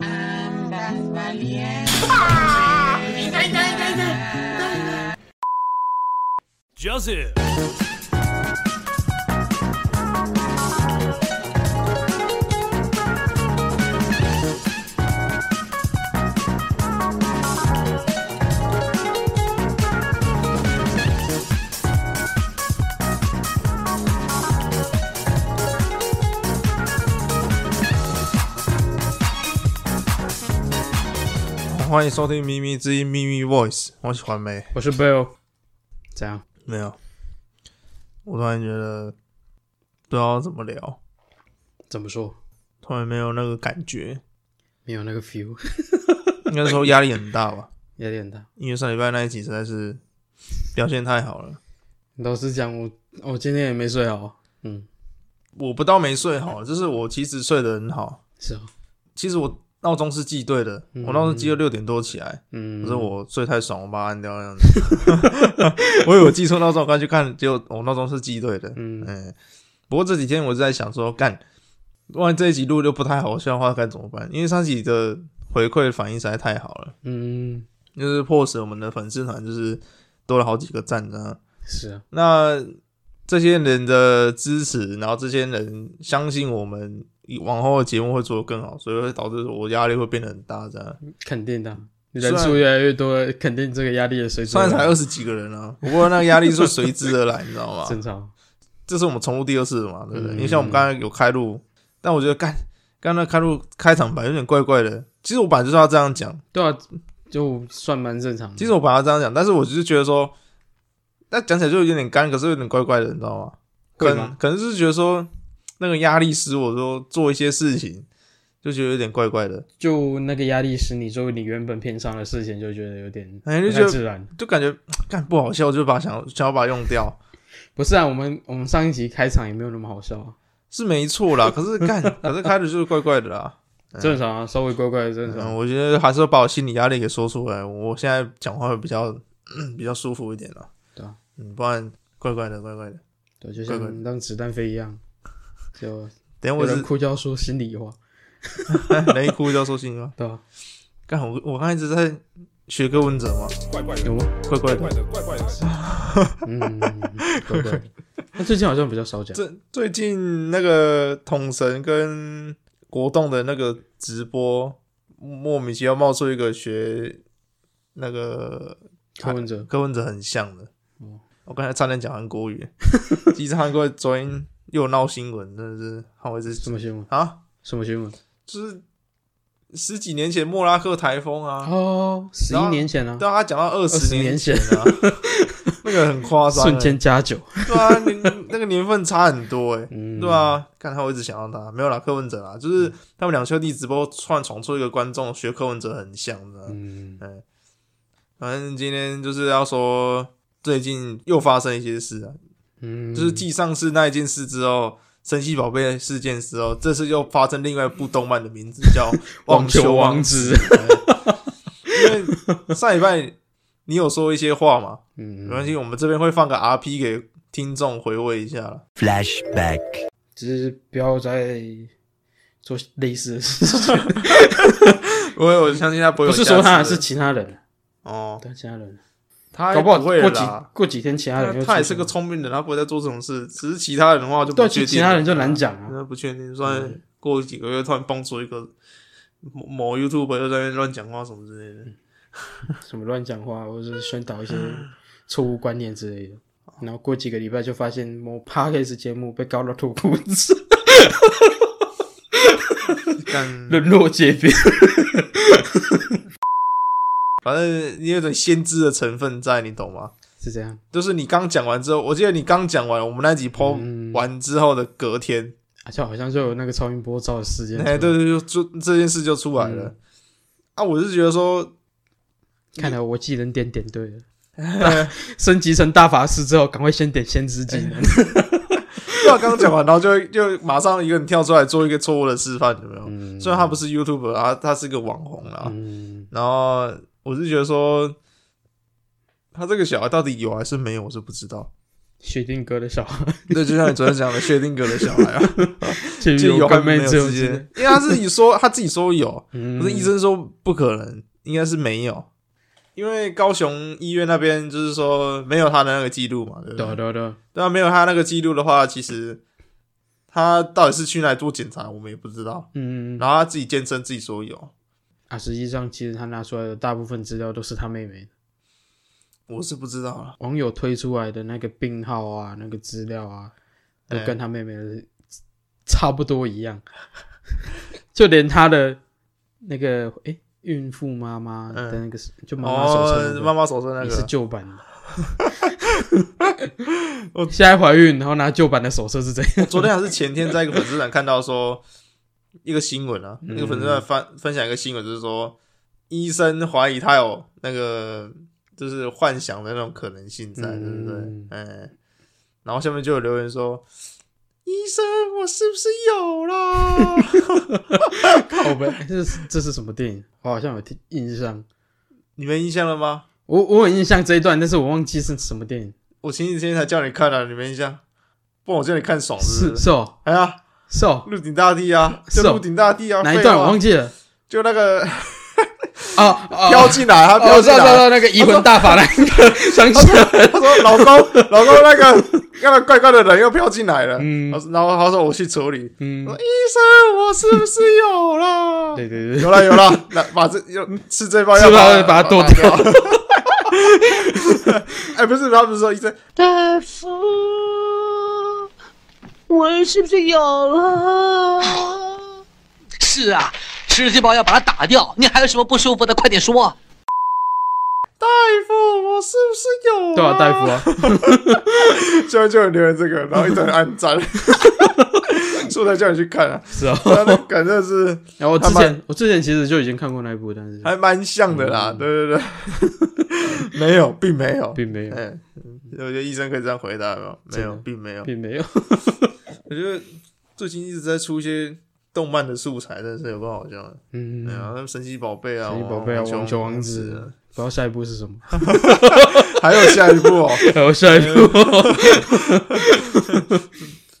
Ambas valientes. Joseph. Joseph 欢迎收听《咪咪之音》咪咪 Voice，我是环梅。我是 Bill，怎样？没有，我突然觉得不知道怎么聊，怎么说？突然没有那个感觉，没有那个 feel，应该说压力很大吧， 压力很大。因为上礼拜那一集实在是表现太好了。老实讲，我我今天也没睡好。嗯，我不到没睡好，就是我其实睡得很好，是啊，其实我闹钟是记对的，我闹钟记到六点多起来，嗯，可是我睡太爽，我把它按掉那样子。 我以为我记错闹钟，我刚去看，结果我闹钟是记对的。嗯嗯，不过这几天我是在想说，干，万一这一集录就不太好笑的话，该怎么办？因为上集的回馈反应实在太好了，嗯，就是迫使我们的粉丝团就是多了好几个赞啊。是啊，那这些人的支持，然后这些人相信我们往后的节目会做得更好，所以会导致我压力会变得很大。这样，肯定的啊。虽然人数越来越多，肯定这个压力的水准虽然才二十几个人啊，不过那个压力是随之而来，你知道吗？正常。这是我们重录第二次了嘛，对不对？嗯因为像我们刚才有开录，但我觉得干刚刚那开录开场白有点怪怪的。其实我本来就是要这样讲，对啊，就算蛮正常的。其实我本来要这样讲，但是我就是觉得说，那讲起来就有点干，可是有点怪怪的，你知道吗？可会能吗可能是觉得说那个压力使我说做一些事情，就觉得有点怪怪的，就那个压力使你做你原本偏上的事情，就觉得有点哎就不觉得太自然。就感觉干不好笑，就把想想要把它用掉不是啊，我们我们上一集开场也没有那么好笑啊，是没错啦。可是干可是开的就是怪怪的啦。正常啊，稍微怪怪的正嗯，常。我觉得还是要把我心理压力给说出来。我现在讲话会比较 比较舒服一点了。对啊，嗯，不然怪怪的，怪怪的。对，就怪怪像让子弹飞一样， 就等一下有我人 是哭就要说心里话，人一哭就要说心里话。对吧、干，我我刚才一直在学柯文哲嘛，有吗？怪怪的。嗯， 对对。那最近好像比较少讲，这最近那个统神跟国栋的那个直播，莫名其妙冒出一个学那个柯文哲柯文哲很像的。哦我刚才差点讲韩国 语，其实韩国昨天又闹新闻，真的是他会是什么新闻？啊，什么新闻？就是十几年前莫拉克台风啊，哦，十然一后年前啊，对啊，他讲到二十20年年前啊， 那个很夸张欸，瞬间加九。对啊，你那个年份差很多哎、嗯，对，啊，看他我一直想到他，没有啦，柯文哲啦，就是他们两兄弟直播突然闯出一个观众学柯文哲很像的，嗯，反正今天就是要说最近又发生一些事啊，嗯，就是继上次那一件事之后，神奇宝贝事件之后，这次又发生另外一部动漫的名字叫《 网球王王子》对，因为上礼拜你有说一些话嘛，嗯，没关系，我们这边会放个 RP 给听众回味一下啦。 Flashback. 只是不要再做类似的事情。因为我相信他不会不有是下说次他，的是其他人，哦，对，其他人，他搞不好会过了几啦。过几天其他人又他他也出是个现聪明人，他不会再做这种事。只是其他人的话就不对，确定了，其其他人就难讲啊。那不确定，算过几个月突然蹦出一个某某 YouTube 又在那边乱讲话什么之类 的。什么乱讲话，或者是宣导一些错误观念之类的。然后过几个礼拜就发现某 p a r k a s 节目被搞到脱裤子， 但沦落 街边。反正你有点先知的成分在，你懂吗？是这样就是你刚讲完之后，我记得你刚讲完我们那集 PO 嗯完之后的隔天，啊，就好像就有那个超音波照的事件出来，哎、对对对，就就这件事就出来了。嗯啊，我是觉得说，看来我技能点点对了。 升级成大法师之后，赶快先点先知技哎能。话刚讲完，然后就会就马上一个人跳出来做一个错误的示范，有没有？嗯虽然他不是 YouTuber 啊，他是个网红啊啦。嗯，然后 我是觉得说，他这个小孩到底有还是没有，我是不知道。薛定谔的小孩，对，就像你昨天讲的，薛定谔的小 孩啊，其 实就有有关没妹有只有之这间个，因为他自己说他自己说有，嗯可是医生说不可能，应该是没有，因为高雄医院那边就是说没有他的那个记录嘛，对不对啊对？对啊对啊，对啊，没有他那个记录的话，其实他到底是去哪里做检查，我们也不知道。嗯，然后他自己坚称自己说有，啊，实际上其实他拿出来的大部分资料都是他妹妹的我是不知道了。网友推出来的那个病号啊，那个资料啊，都哎跟他妹妹的差不多一样， 就连他的那个诶孕妇妈妈的那个是、就妈妈手册那嗯哦个、，妈妈手册那也个，是旧 版的。现在怀孕，然后拿旧版的手册是怎样？昨天还是前天，在一个粉丝团看到说一个新闻啊，那个粉丝嗯团分分享一个新闻，就是说医生怀疑他有那个就是幻想的那种可能性在，对不对嗯？嗯，然后下面就有留言说。医生，我是不是有啦？靠背， 这是这是什么电影？我好像有听印象， 你没印象了吗？我我有印象这一段，但是我忘记是什么电影。我前几天才叫你看啊了、你没印象？不然我叫你看爽是是不是？是哦哎呀，是哦，鹿鼎大帝啊，是就哦鹿鼎大帝啊，哪一废段话我忘记了？就那个啊 啊！飘进来，他哦，飘我知进道知道知来，道那个移魂大法那 个想起来了，他说老公，老公那个 那个怪怪的人又飘进来了，嗯然后然后他说我去处理，嗯我，说医生，我是不是有了？对对对，有了有 了，那把这有吃这包是要不是把要把它剁掉。 哎，不是，他不是说医生，大夫，我是不是有了？ 是啊，吃了这包药把它打掉，你还有什么不舒服的？快点说。大夫，我是不是有了？对啊，大夫啊，就就有留言这个，然后一直按 赞，所以才叫你去看啊。是啊。他那感觉是然哦后我之还前我之前其实就已经看过那一部，但是还蛮像的嗯啦，对对对， 没有，并没有，并没有，哎，我觉得医生可以这样回答吗？没有真，的并没有。并没有。我觉得最近一直在出一些动漫的素材，真是有够好笑的。嗯对，啊，那神奇宝贝啊，神奇宝贝啊，网网球王子啊，，不知道下一步是什么，还有下一 部哦，还有 下一步，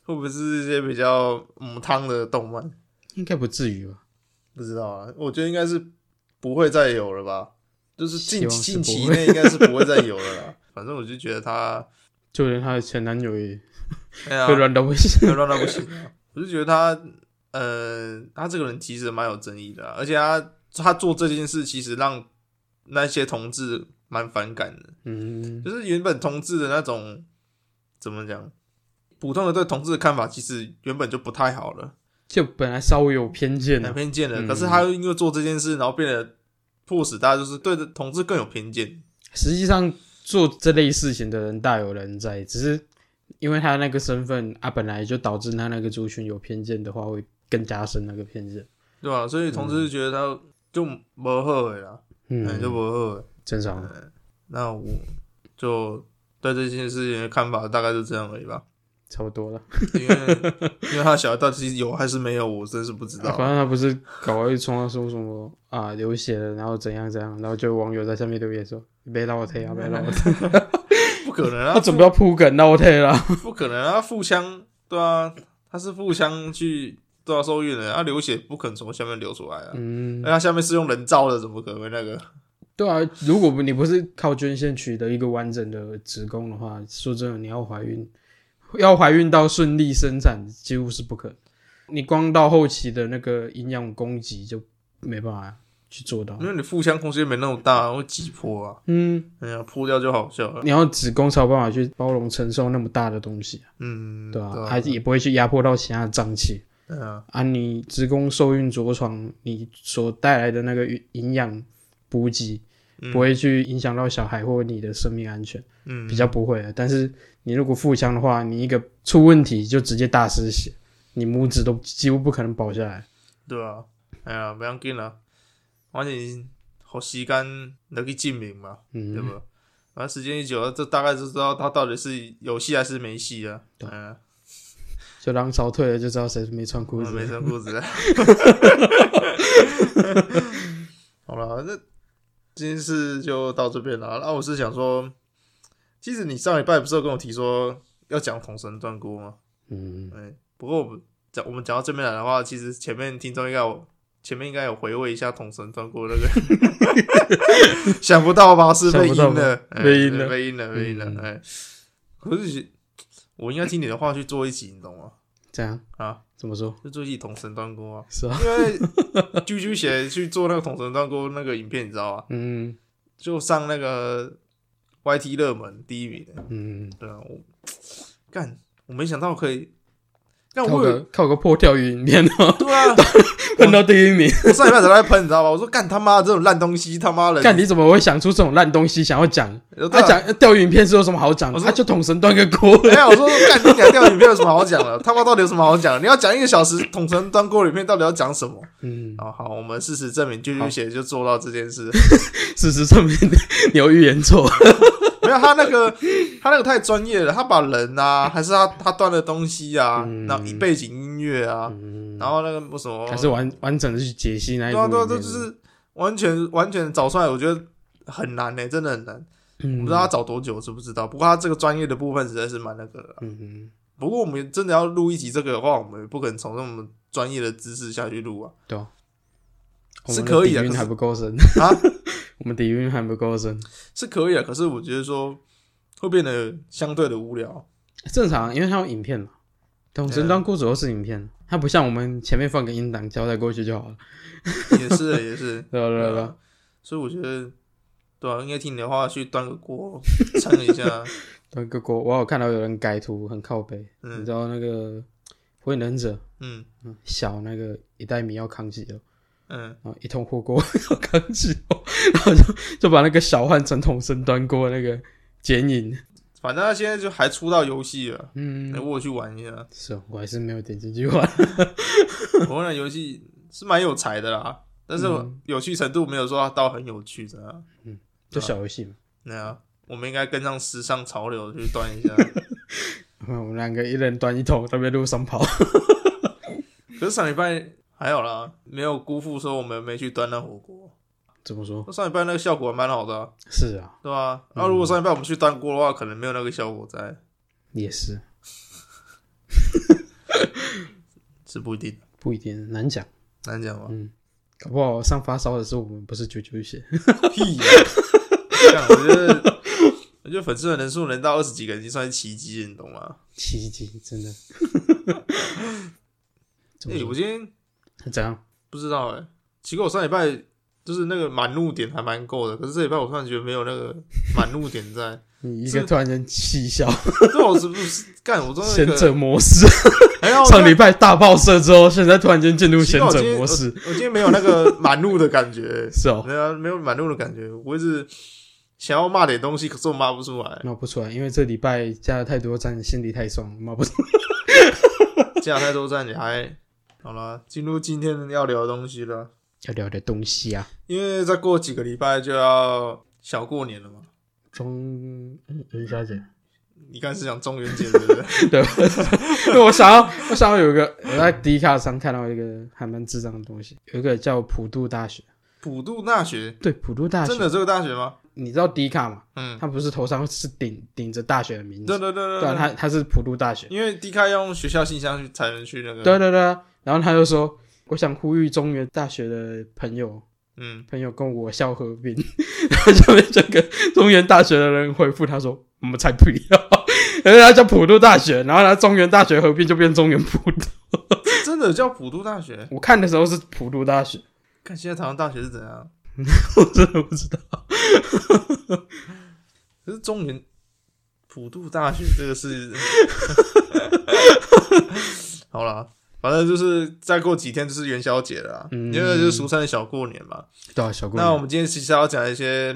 会不会是一些比较母汤的动漫？应该不至于吧？不知道啊，我觉得应该是不会再有了吧。就是近希近望是不期内会应该是不会再有了啦。反正我就觉得 他，就连她的前男友也哎呀被，乱到不行。乱到不行啊。我就觉得他，呃，他这个人其实蛮有争议的啊、而且他他做这件事，其实让那些同志蛮反感的。 嗯，就是原本同志的那种怎么讲，普通的对同志的看法，其实原本就不太好了，就本来稍微有偏见很啊，偏见了。嗯可是他又因为做这件事，然后变得迫使大家就是对同志更有偏见。实际上做这类事情的人大有人在，只是因为他那个身份啊，本来就导致他那个族群有偏见的话，会更加深那个偏见。对吧、所以同志就觉得他就不后悔了，嗯，就嗯，不后悔。正常。那我就对这件事情的看法大概就这样而已吧。差不多了，因为因为他小孩到底有还是没有，我真是不知啊道。反正他不是搞一冲啊，说什么啊流血了，然后怎样怎样，然后就有网友在下面留言说：“别让我推啊，别让我推。”不可能 他啊， 准备要铺梗，那我退了。不可能啊，腹腔对啊，他是腹腔去对啊受孕的，啊流血不可能从下面流出来啊， 嗯那、，他下面是用人造的，怎么可能会那个？对啊，如果不你不是靠捐献取得一个完整的子宫的话，说真的，你要怀孕，要怀孕到顺利生产几乎是不可能。你光到后期的那个营养供给就没办法去做到因。为你腹腔空间没那么大，会挤破啊，嗯，哎呀，破掉就好笑了。你要子宫才有办法去包容承受那么大的东西啊，嗯，对吧、对啊，还也不会去压迫到其他的脏器对啊，啊。你子宫受孕着床，你所带来的那个营养补给，嗯不会去影响到小孩或你的生命安全。嗯，比较不会的。但是你如果腹腔的话，你一个出问题就直接大失血，你拇指都几乎不可能保下来。对啊，哎呀，不要紧啦，反正好时间来去证明嘛，嗯，对不？反正时间一久了，这大概就知道他到底是有戏还是没戏啊。对哎呀就浪潮退了就知道谁没穿裤我哦没子。穿裤子。好了，那这件啊事就到这边了。那、我是想说，其实你上礼拜不是有跟我提说，要讲统神断估吗？嗯，嗯，不过我们讲我们讲到这边来的话，其实前面听众应该有前面应该有回味一下统神断过那个， 想不到吧？是被想阴不到了吧，哎被阴了被阴了，被阴嗯了。哎，可是我应该听你的话去做一集，你懂吗？这样啊，怎么说？就做一集统神断锅啊，是啊，因为啾啾写去做那个统神断锅那个影片，你知道吧？嗯就上那个 YT 热门第一名的，嗯，对啊，我干，我没想到可以，干靠我个有靠个破钓鱼影片哦，对啊。 喷到第一名，我 上礼拜才在喷，你知道吗？我说干他妈这种烂东西，他妈的！看你怎么会想出这种烂东西想要讲？我说他讲钓鱼影片是有什么好讲？我说他就统神断个锅没有，我说干你俩钓鱼片有什么好讲的？ 他妈到底有什么好讲的？你要讲一个小时统神端锅里面到底要讲什么？哦嗯，好好，我们事实证明，啾啾姐就做到这件事。 事实证明你有预言错。没有他那个他那个太专业了，他把人啊，还是他他端的东西啊，嗯然后一背景音乐啊，嗯，然后那个什么，还是完完整的去解析那一哦对部啊影片。对啊，这就是完全完全找出来，我觉得很难呢、真的很难。嗯，我不知道他找多久，知不知道？不过他这个专业的部分实在是蛮那个的啊。嗯，不过我们真的要录一集这个的话，我们也不可能从那么专业的知识下去录啊。对啊，是可以啊我们的底可蕴是还不够深，啊， 我们底蕴还不够深，是可以啊，可是我觉得说会变得相对的无聊。 正常，因为它有影片嘛。董神端锅主要是影片，它不像我们前面放个音档交代过去就好了，也是啊，也是，对吧？对吧对对啊吧？所以我觉得，对啊，应该听你的话去端个锅，蹭一 下。端个锅，我有看到有人改图，很靠背。你嗯知道那个火影忍者嗯嗯小那个一袋米要扛几了，嗯，然后一通火锅 要扛几了，然后就就把那个小换成统神端锅那个剪影，反正他现在就还出到游戏了，嗯哎，，我有去玩一 下。是哦，我还是没有点进去玩。我玩的游戏是蛮有才的啦，但是我有趣程度没有说到很有趣的啊。就小游戏嘛。那啊，我们应该跟上时尚潮流去端一下。我们两个一人端一桶，在那边路上跑。可是上礼拜还好啦，没有辜负说我们没去端那火锅。怎么说？那上礼拜那个效果还蛮好的啊、是啊，对吧、啊？那、如果上礼拜我们去端锅的话，可能没有那个效果在，也是是不一定，不一定难讲，难讲 吧？嗯搞不好上发烧的是我们，不是九九血。屁呀、干我觉得，我觉得粉丝的人数能到二十几个人已经算是奇迹了，你懂吗？奇迹真的。 怎哎、么我说？今天怎样？不知道哎、奇怪，我上礼拜就是那个满怒点还蛮够的，可是这礼拜我突然觉得没有那个满怒点在，你一是个突然间气笑，对，我是不是干？我真贤的者模式。还要上礼拜大爆射之后，现在突然间进入奇贤怪我今者天模我式，，我今天没有那个满怒的感觉是哦。没有没有满怒的感觉，我一直想要骂点东西，可是我骂不出来，骂不出来，因为这礼拜加了太多站，心里太爽，骂不出来。加太多站你还好了，进入今天要聊的东西了，要聊点东西啊，因为再过几个礼拜就要小过年了嘛，中嗯元宵节，你刚才是讲中元节对不对？ 对， 因为我想要，我想要有一个，我在迪卡上看到一个还蛮智障的东西，有一个叫普渡大学，普渡大学对，普渡大学，真的这个大学吗？你知道迪卡吗？嗯，它不是头上是顶顶着大学的名对字，对对对啊，它对，它是普渡大学，因为 D 开要用学校信箱去才能去那个，对对对啊，然后他就说，我想呼吁中原大学的朋友。嗯，朋友跟我校合并， 然后下面这个中原大学的人回复他说：“我们才不要。” 然后他叫普渡大学，然后他中原大学合并就变中原普渡。 真的叫普渡大学，我看的时候是普渡大学， 看现在台湾大学是怎样。我真的不知道。可是中原普渡大学这个是， 好啦，反正就是再过几天就是元宵节了啊、嗯因为就是俗称的小过年嘛。对、啊，小姑娘，那我们今天其实要讲一些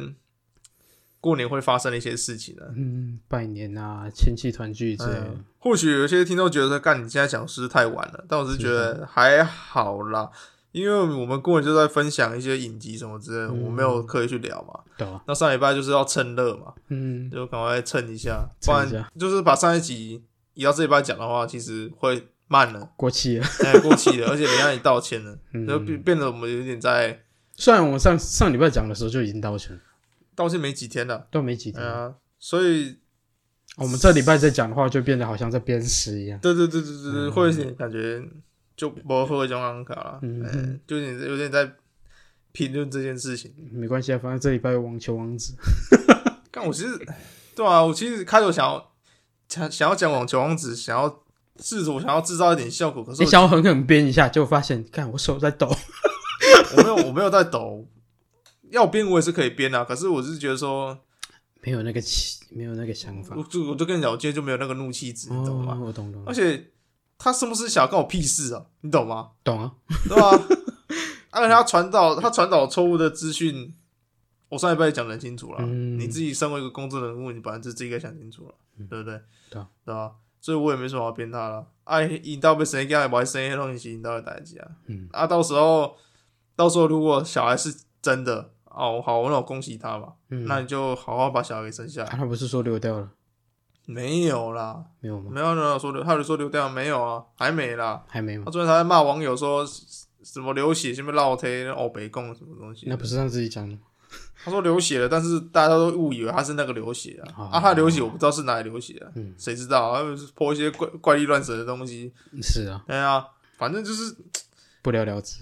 过年会发生的一些事情呢、嗯，拜年啊，亲戚团聚之类的，或许有些听众觉得说，干你现在讲是不是太晚了，但我是觉得还好啦，因为我们过年就在分享一些影集什么之类的，嗯我没有刻意去聊嘛。对啊，那上礼拜就是要趁热嘛，嗯，就赶快蹭一下，不蹭一然下就是把上一集移到这一半讲的话，其实会慢了， 过期了。嗯哎、过期 了，而且人家也道歉了，就变变得我们有点在虽然我上上礼拜讲的时候就已经道歉了，道歉没几天了，都没几哎天。呀，所以我们这礼拜在讲的话，就变得好像在鞭尸一样。对对对对对对，会有点感觉就不会这种安卡了，嗯嗯，就有点有点在评论这件事情。没关系啊，反正这礼拜有网球王子。但我其实，嗯对啊，我其实开头想要想想要讲网球王子，想要试图想要制造一点效果，可是你我想要狠狠鞭一下，结果发现，看我手在抖。我没有我没有在抖，要编我也是可以编啊，可是我是觉得说，没有那个气，没有那个想法我。就我就跟你讲，我今天就没有那个怒气值，你懂啊哦，吗？我懂懂而且他是不是想干我屁事啊？你懂吗？懂啊。对吧、啊？ 而且他传导他传导错误的资讯，我上一辈讲得很清楚了。嗯你自己身为一个公众人物，你本来就自己该想清楚了，对不对？对啊对吧？所以我也没什么好编他了。啊，引到被谁干，也不会谁弄你引到的代志啊。嗯啊，到时候到时候如果小孩是真的哦，好，那我恭喜他吧。嗯，那你就好好把小孩给生下啊来。他不是说流掉了没有啦，没有吗？没有没有说流，他有说流掉没有哦啊？还没啦。还没吗他？昨天还在骂网友说什么流血，什么闹天，哦北共什么东西。那不是让自己讲的吗。他说流血了，但是大家都误以为他是那个流血啊。啊啊，他流血我不知道是哪里流血啊，嗯谁知道啊？他泼一些怪怪力乱神的东西。是啊，哎呀，反正就是不了了之。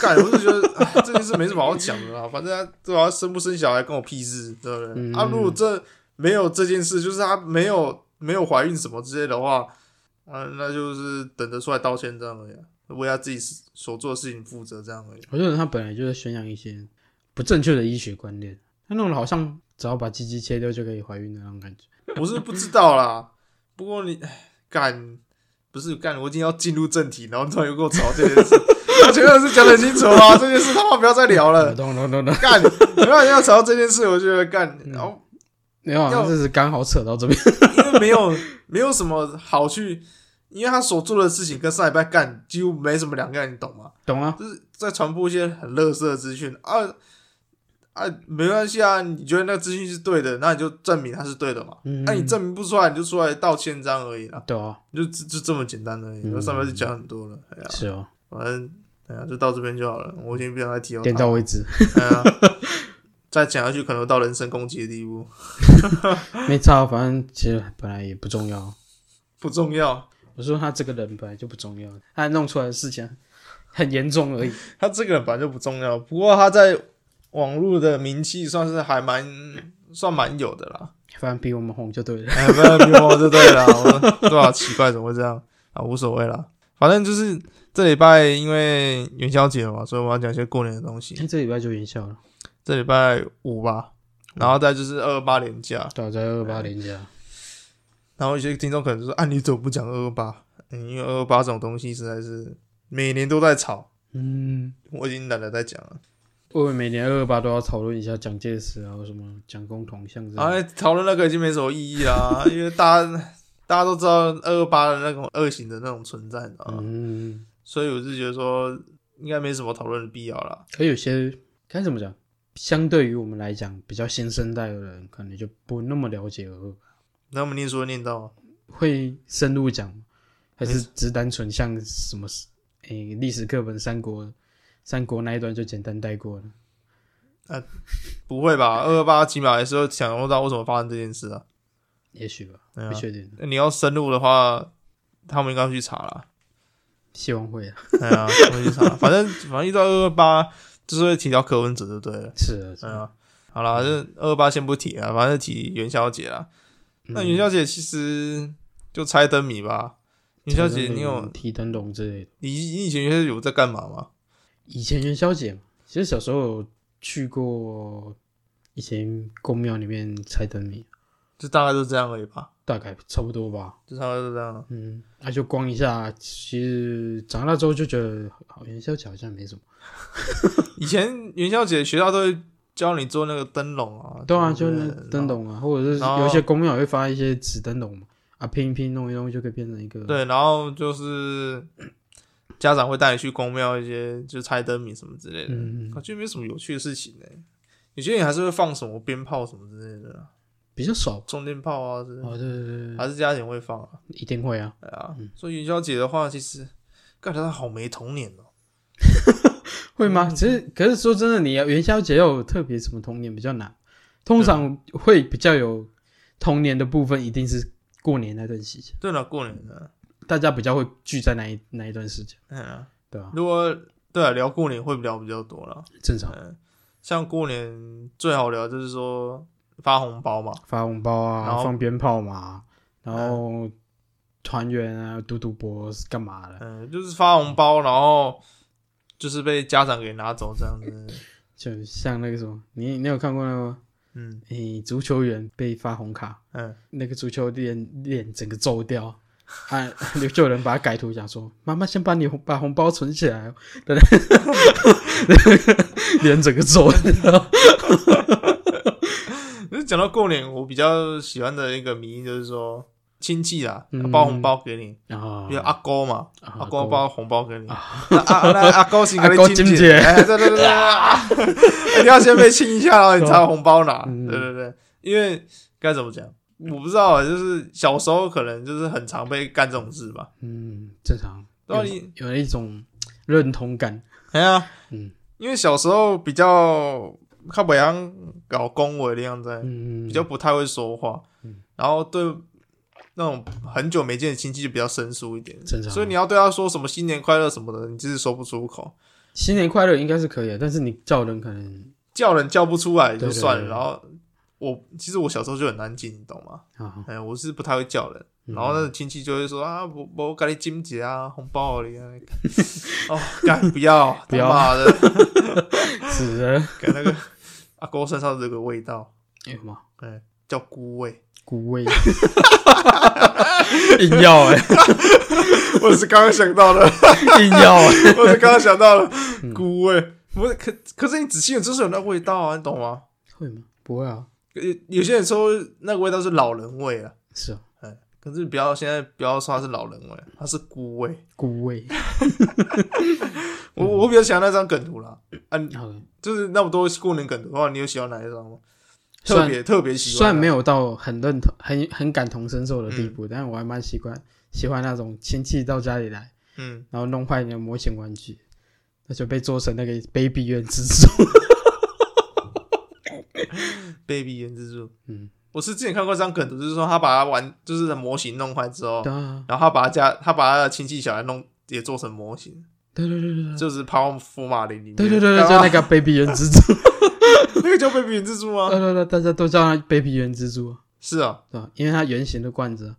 干，我就觉得哎这件事没什么好讲的啦。反正他对吧、生不生小孩跟我屁事，对不对？嗯啊，如果这没有这件事，就是他没有没有怀孕什么之类的话，啊，那就是等着出来道歉这样而已、啊，为他自己所做的事情负责这样而已。啊我觉得他本来就在宣扬一些不正确的医学观念，他弄得好像只要把鸡鸡切掉就可以怀孕的那种感觉。我是不知道啦，不过你哎干不是干，我今天要进入正题，然后突然又跟我吵这件事，我前面是讲的很清楚啊，这件事他妈不要再聊我了。哦懂 懂懂懂，干，不要要吵到这件事，我觉得干，然后没有啊，要这是刚好扯到这边。 因为没有没有什么好去，因为他所做的事情跟上礼拜干几乎没什么两样，你懂吗？懂啊？就是在传播一些很垃圾的资讯啊啊，没关系啊，你觉得那个资讯是对的，那你就证明它是对的嘛。那、嗯你证明不出来，你就出来道歉章而已啦，对啊，就就就这么简单而已。嗯那上面就讲很多了，哎呀，是哦，反正哎呀，就到这边就好了。我已经不想再提到点他到了，为止， 哎呀，再讲下去可能到人身攻击的地步，没差，反正其实本来也不重要。不重要。我说他这个人本来就不重要，他弄出来的事情很严重而已。他这个人本来就不重要，不过他在网络的名气算是还蛮算蛮有的啦。反正比我们红就对了。哎，不要逼我就对了，我对啊，奇怪，怎么会这样啊？无所谓啦，反正就是这礼拜因为元宵节嘛，所以我要讲一些过年的东哎，西。这礼拜就元宵了，这礼拜五吧，然后再就是二二八连假，对啊，在二八连假，然后有些听众可能就说啊，你怎么不讲二二八？嗯，因为二二八这种东西实在是每年都在吵，嗯，我已经懒得再讲了。我们每年二二八都要讨论一下蒋介石啊，什么蒋公铜像这样。哎，讨论那个已经没什么意义啦， 因为大家大家都知道二二八的那种恶行的那种存在，你知道吗？嗯，所以我是觉得说应该没什么讨论的必要啦。可有些该怎么讲？相对于我们来讲，比较新生代的人，可能就不那么了解二二八，那我们念书会念到吗？会深入讲吗，还没是只单纯像什么？诶、历史课本三国三国那一段就简单带过了。不会吧？二二八起码还是会想不到为什么发生这件事啊。也许吧，对啊不确定，你要深入的话，他们应该会去查啦。希望会啊。 哎呀，他们会去 查啦。反正反正遇到二二八，就是会提到柯文哲就对了。是啊，是哎啊呀，好啦，这二二八先不提啊，反正提元宵节啦。嗯那元宵节其实就猜灯谜吧。元宵节你有提灯笼之类的。你你以前元宵节有在干嘛吗？以前元宵节嘛，其实小时候有去过以前公庙里面猜灯谜，就大概就这样而已吧，大概差不多吧。就大概就这样。嗯，那就逛一下。其实长大之后就觉得，好元宵节好像没什么。以前元宵节学校都会教你做那个灯笼啊，对啊，什就么之类那的灯。笼啊，或者是然后有一些公庙也会发一些纸灯笼嘛，啊拼一拼弄一弄就可以变成一个。对，然后就是家长会带你去公庙一些就猜灯谜什么之类的，嗯我觉得没什么有趣的事情呢、有些人还是会放什么鞭炮什么之类的啊，比较少。充电炮啊之类的，哦，对对对对，还是家庭会放啊。一定会啊。对啊，所以元宵节的话，其实感觉他好没童年哦。会嗯吗？其实，可是说真的，你要元宵节要有特别什么童年比较难，通常会比较有童年的部分一定是过年那段期间，对了，过年啊了，大家比较会聚在那一那一段时间，嗯啊，对吧、如果对啊，聊过年会聊比较多了。正常嗯，像过年最好聊就是说发红包嘛，发红包然啊，后呃放鞭炮嘛，然后团圆啊，赌赌博是干嘛的，嗯，就是发红包，然后就是被家长给拿走这样子。就像那个什么，你你有看过那个吗？嗯诶、足球员被发红卡，嗯，那个足球脸脸整个皱掉。 啊！就有人把他改图，讲说：“妈妈先把你红把红包存起来哦。”等 等，脸整个皱掉。就是讲到过年，我比较喜欢的一个迷因就是说亲戚啦嗯包红包给你，然后比如阿公嘛，啊阿阿公姑包红包给你，啊啊那阿公是阿姑你亲亲姐，姐哎对对对对， 啊一定要先被亲一下，然后你才有红包拿，嗯对对对，因为该怎么讲，我不知道啊，就是小时候可能就是很常被干这种事吧，嗯，正常。到有底有一种认同感，哎呀，嗯因为小时候比较靠北洋搞恭维的样子，嗯，比较不太会说话，然后对那种很久没见的亲戚就比较生疏一点，正常所以你要对他说什么新年快乐什么的，你就是说不出口，新年快乐应该是可以啊的，但是你叫人可能叫人叫不出来也就算了。对对对然后我其实我小时候就很安静，你懂吗？啊，哎，我是不太会叫人。嗯然后那个亲戚就会说啊，我我给你金姐啊，红包给你啊。 哦，干不要 不要他妈的，死了，给那个阿公身上这个味道，有吗？哎，叫菇 味。骨味，硬要哎、我是刚刚想到 的。硬要哎、我是刚刚想到了嗯菇味，不是可可是你仔细闻就是有那味道啊，你懂吗？会吗？不会啊，有有些人说那个味道是老人味啊，是啊，哎，可是不要现在不要说它是老人味，它是菇味。骨味。嗯我我比较喜欢那张梗图啦，啊，你 OK，就是那么多过年梗图的话，你有喜欢哪一张吗？虽然特别特别喜欢，虽然没，有到很认同、很很感同身受的地嗯步，但是我还蛮喜欢喜欢那种亲戚到家里来，嗯，然后弄坏你的模型玩具，那就被做成那个卑鄙怨 之蛛。 baby 原蜘蛛，嗯，我是之前看过一张梗图，就是说他把它玩，就是模型弄坏之后，对啊，然后他把他家他把他的亲戚小孩弄也做成模型，对对对对对。就是抛福马林里面，嗯对对对对，干嘛就那个 baby 原蜘 蛛，那个叫被扁蜘蛛对吗？对对，大家都叫它 baby 原蜘蛛，是啊，对吧？因为它圆形的罐子，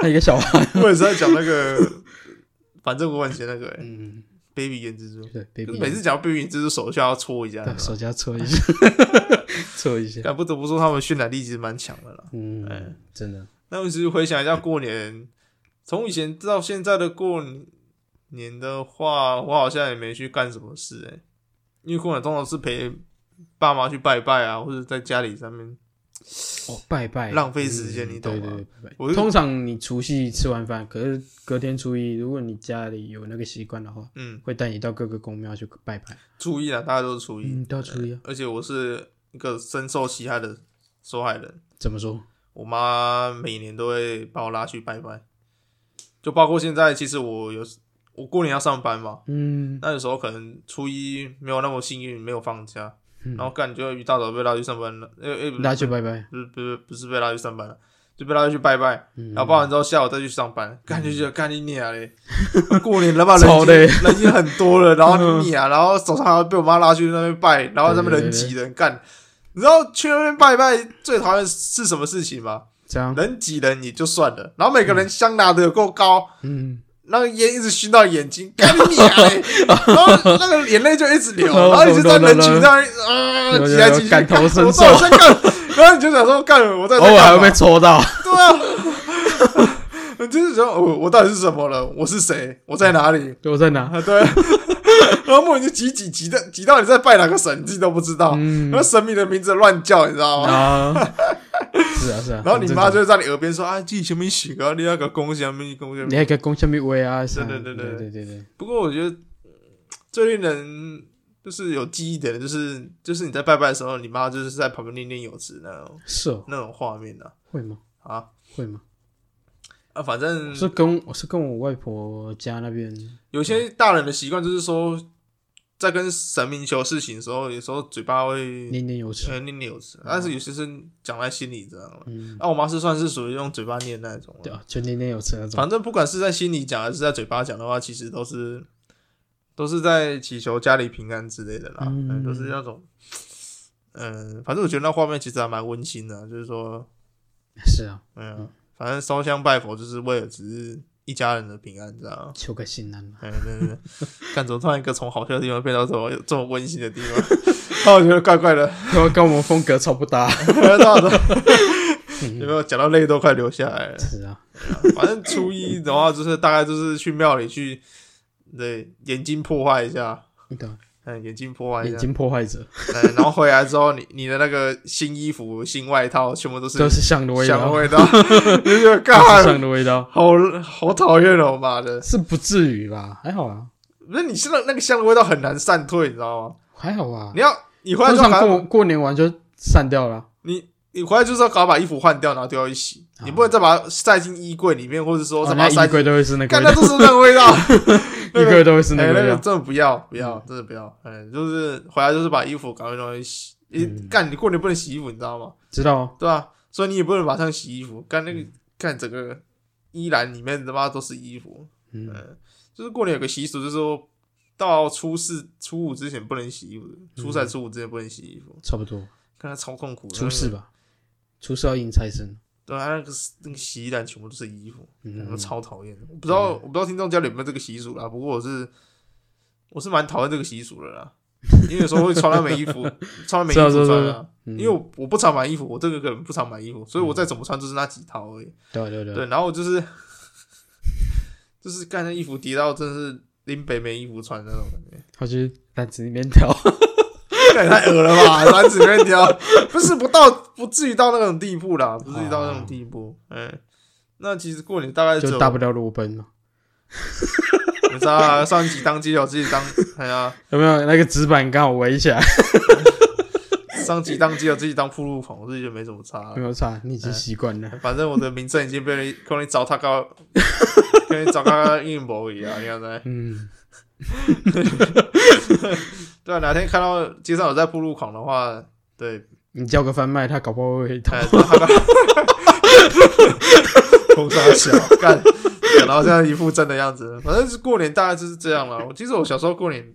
它一个小 花，我也是在讲那个， 反正我很喜欢那个、欸、嗯， baby 圆蜘蛛，对可，baby 是每次讲到 baby 圆蜘蛛，手就要搓一下。对你知道手吗加搓 一下，搓一下，但不得不说，他们渲染力其实蛮强的啦。哎嗯，真的，那我其实回想一下过年，从以前到现在的过年的话，我好像也没去干什么事哎、欸因为过年通常是陪爸妈去拜拜啊，或者在家里上面。哦，拜拜，浪费时间嗯你懂吗对对对拜拜我是通常你除夕吃完饭，可是隔天初一，如果你家里有那个习惯的话，嗯，会带你到各个宫庙去拜拜，初一啊，大家都是初一，嗯，到初一啊，而且我是一个深受其害的受害人。怎么说？我妈每年都会把我拉去拜拜，就包括现在，其实我有我过年要上班嘛，嗯，那有时候可能初一没有那么幸运，没有放假，嗯然后干就一大早被拉去上班了，呃呃，大家去拜拜，不是不是不是被拉去上班了，就被拉去拜拜，嗯然后拜完之后下午再去上班，干就觉得干你娘嘞， 过年了 吧，人超已经累嗯人已经很多了，然后你娘，然后早上还要被我妈拉去那边拜，然后在那边人对对对挤人干，你知道去那边拜拜最讨厌是什么事情吗？这样，人挤人也就算了，然后每个人香拿的有够高，嗯，那个烟一直熏到眼睛， 干你娘 嘞！然后那个眼泪就一直流，懂然后你就在人群懂懂上啊有挤来挤去，有感同身受我到底在干，然后你就想说干我在偶尔还干会嘛被？抽到，对啊， 我就是说哦我我到底是什么了？我是谁？我在哪里？我在哪？啊， 对，然后莫名就挤挤挤的挤到你在拜哪个神，你自己都不知道， 嗯然后神明的名字乱叫，你知道吗？啊，是啊是啊，然后你妈就会很正常在你耳边说：“啊，自己前面洗个，你那个恭喜啊，没恭喜。”你还可以攻下面威啊，是啊对对对对对对对，不过我觉得嗯最令人就是有记忆点的，就是就是你在拜拜的时候，你妈就是在旁边念念有词那种是哦，那种画面啊会吗？啊会吗？啊！反正是跟我是跟我外婆家那边，有些大人的习惯就是说，在跟神明求事情的时候，有时候嘴巴会念念有词。呃念念有词，但是有些是讲在心里，知道吗？嗯，啊，我妈是算是属于用嘴巴念那种啊，对啊，就念念有词那种。反正不管是在心里讲还是在嘴巴讲的话，其实都是都是在祈求家里平安之类的啦，嗯嗯，都是那种，嗯，反正我觉得那画面其实还蛮温馨的，啊就是说，是啊，嗯，反正烧香拜佛就是为了只是一家人的平安，知道吗？求个心安嘛。哎，对对对，干怎么突然一个从好笑的地方变到这么这么温馨的地方？ 让我觉得怪怪 的，跟跟我们风格超不啊搭。到的，有没有讲到泪都快流下来了？嗯是啊，反正初一的话，就是大概就是去庙里去，对，眼睛破坏一下，对啊，嗯，眼睛破坏一眼下，睛破坏者嗯，然后回来之后，你 你的那个新衣服、新外套，全部都是都是香的味香道，的味道， 你就都是香干，的味道，好好讨厌哦，妈的！是不至于吧？还好啊，那你现在那个香的味道很难散退，你知道吗？还好啊你。要你回来通之后常还过过年完就散掉了。你你回来就是要赶快把衣服换掉，然后丢到一起，你不能再把它塞进衣柜里面，或者说啊哦再那把它塞衣柜进。都会是那个干，味那道，就是那个味 道，那衣个柜都会是那哎个味个道。嗯真的不要不要，真的不要，哎，就是回来就是把衣服赶快弄去洗。你嗯干，你过年不能洗衣服，你知道吗？知道哦，对吧、所以你也不能马上洗衣服，干那嗯个干整个衣篮里面他妈都是衣服，嗯，就是过年有个习俗，就是说到初四、初五之前不能洗衣服，初三、初五之前不能洗衣服，差不多，看他超痛苦。嗯初四，吧，初四要迎财神。对啊，那个那个洗衣篮全部都是衣服，嗯我超讨厌的。我不知道我不知道听众家里有没有这个习俗啦，不过我是我是蛮讨厌这个习俗的 啦，因为有时候会穿到没衣服，穿到没衣是啊是服啊穿是啊。嗯因为我我不常买衣服，我这个人不常买衣服，所以我再怎么穿就是那几套而已。对啊对啊对啊对，然后我就是 就是干那衣服叠到真的是林北没衣服穿那种感觉。跑去篮子里面挑。也太恶了 吧！男子面条不是不到，不至于到那种地步啦，不至于到那种地步。嗯、那其实过年大概只哦就有大不了裸奔嘛，没差啊，上一集当街友，自己当 哎呀，有没有那个纸板刚好围起来？上集当街友，自己当铺路狂，我自己就没什么差了没。有差，你已嗯经习惯了。反正我的名声已经被你跟你糟蹋 到，跟你糟蹋到一模一样，你看没？嗯，对啊，哪天看到街上有在铺路狂的话，对，你叫个贩卖，他搞不好会 哎，他刚头傻小干，然后这样一副真的样子。反正是过年大概就是这样了。我其实我小时候过年，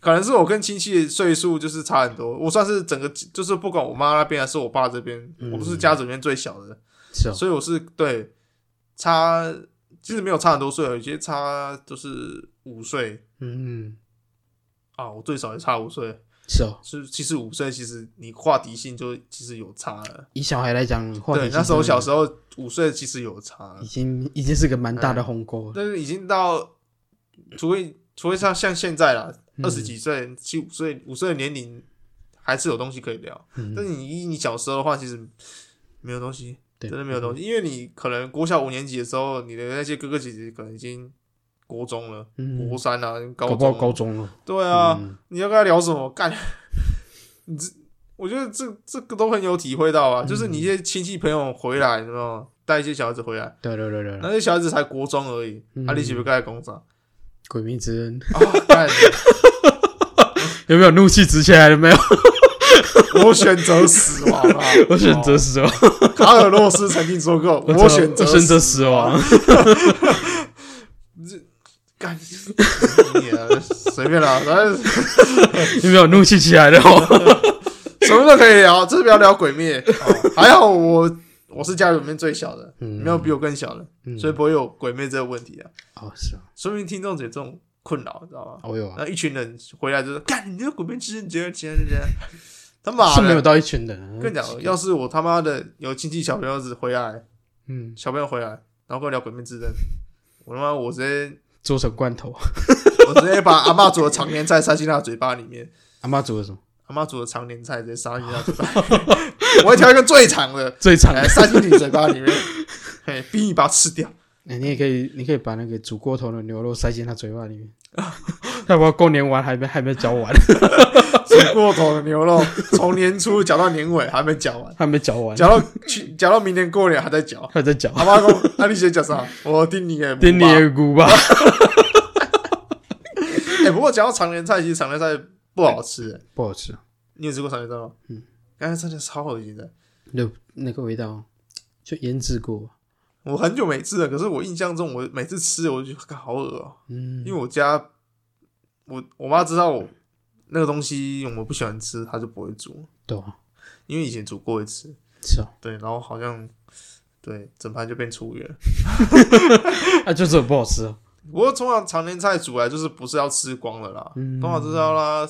可能是我跟亲戚岁数就是差很多，我算是整个就是不管我妈那边还是我爸这边，嗯我不是家族里面最小的，是哦，所以我是对差其实没有差很多岁，有些差就是五岁嗯，啊，我最少也差五岁。是哦。是，其实五岁，其实你话题性就其实有差了。以小孩来讲，话题对，性那时候真的嗯小时候五岁其实有差已，经已经是个蛮大嗯的鸿沟了。但是已经到，除非除非像像现在啦，嗯二十几岁、七五岁、五岁的年龄，还是有东西可以聊。嗯但是你一你小时候的话，其实没有东西，对，嗯真的没有东西，因为你可能国小五年级的时候，你的那些哥哥姐姐可能已经国中了，嗯国三啊，搞高不好中，高中了。对啊，嗯你要跟他聊什么？干，你这我觉得这这个都很有体会到啊，就是嗯你一些亲戚朋友回来，然后带一些小孩子回来，对对对对那对，些小孩子才国中而已，嗯哦啊，你岂不盖工 厂鬼灭之刃 啊？干，有没有怒气值起来了 没有？ 我选择死亡啊！ 我选择死亡，哦卡尔洛斯曾经说过，我选择啊我选择啊死亡。干 你啊，随便啦，反正有没有怒气起来 了？什么都可以聊，就是不要聊鬼灭。哦还好我我是家里面最小的，嗯没有比我更小的，嗯所以不会有鬼灭这个问题啊。哦，是啊，说明听众有这种困扰，你知道吗？我有啊那，一群人回来就是干，你这个鬼灭之刃，这样这样这样，他妈是没有的！到一群人啊。跟你讲，要是我他妈的有亲戚小朋友子回来，嗯，小朋友回来，然后跟我聊鬼灭之刃，我他妈我直接做成罐头。我直接把阿嬷煮的常年菜塞进他的嘴巴里面， 阿妈煮的什么？阿嬷煮的常年菜直接塞进他的嘴巴里面，我会挑一个最长 的，最长的哎，塞进你嘴巴里面，嘿，逼你把它吃掉。哎、你也可以，你可以把那个煮过头的牛肉塞进他嘴巴里 面。要不要过年完还没还没嚼完，煮过头的牛肉，从年初嚼到年尾还没嚼完，还没嚼完，嚼到去嚼到明年过年还在嚼。还在嚼。阿妈讲，那你先讲啥？我顶你诶，诶。点你的菇吧，哎，不不过讲到常年菜，其实常年菜不好吃、欸 不好吃，你有吃过常年菜吗？嗯，刚才真的超恶心的。就那个味道，就腌制过。我很久没吃了，可是我印象中，我每次吃我就觉得好恶哦、嗯，因为我家我我妈知道我那个东西我不喜欢吃，她就不会煮，对啊，因为以前煮过一次，是哦，对，然后好像对整盘就变厨余了。啊，就这不好吃哦。不过通常常年菜煮来就是不是要吃光了啦，嗯通常就是要啦，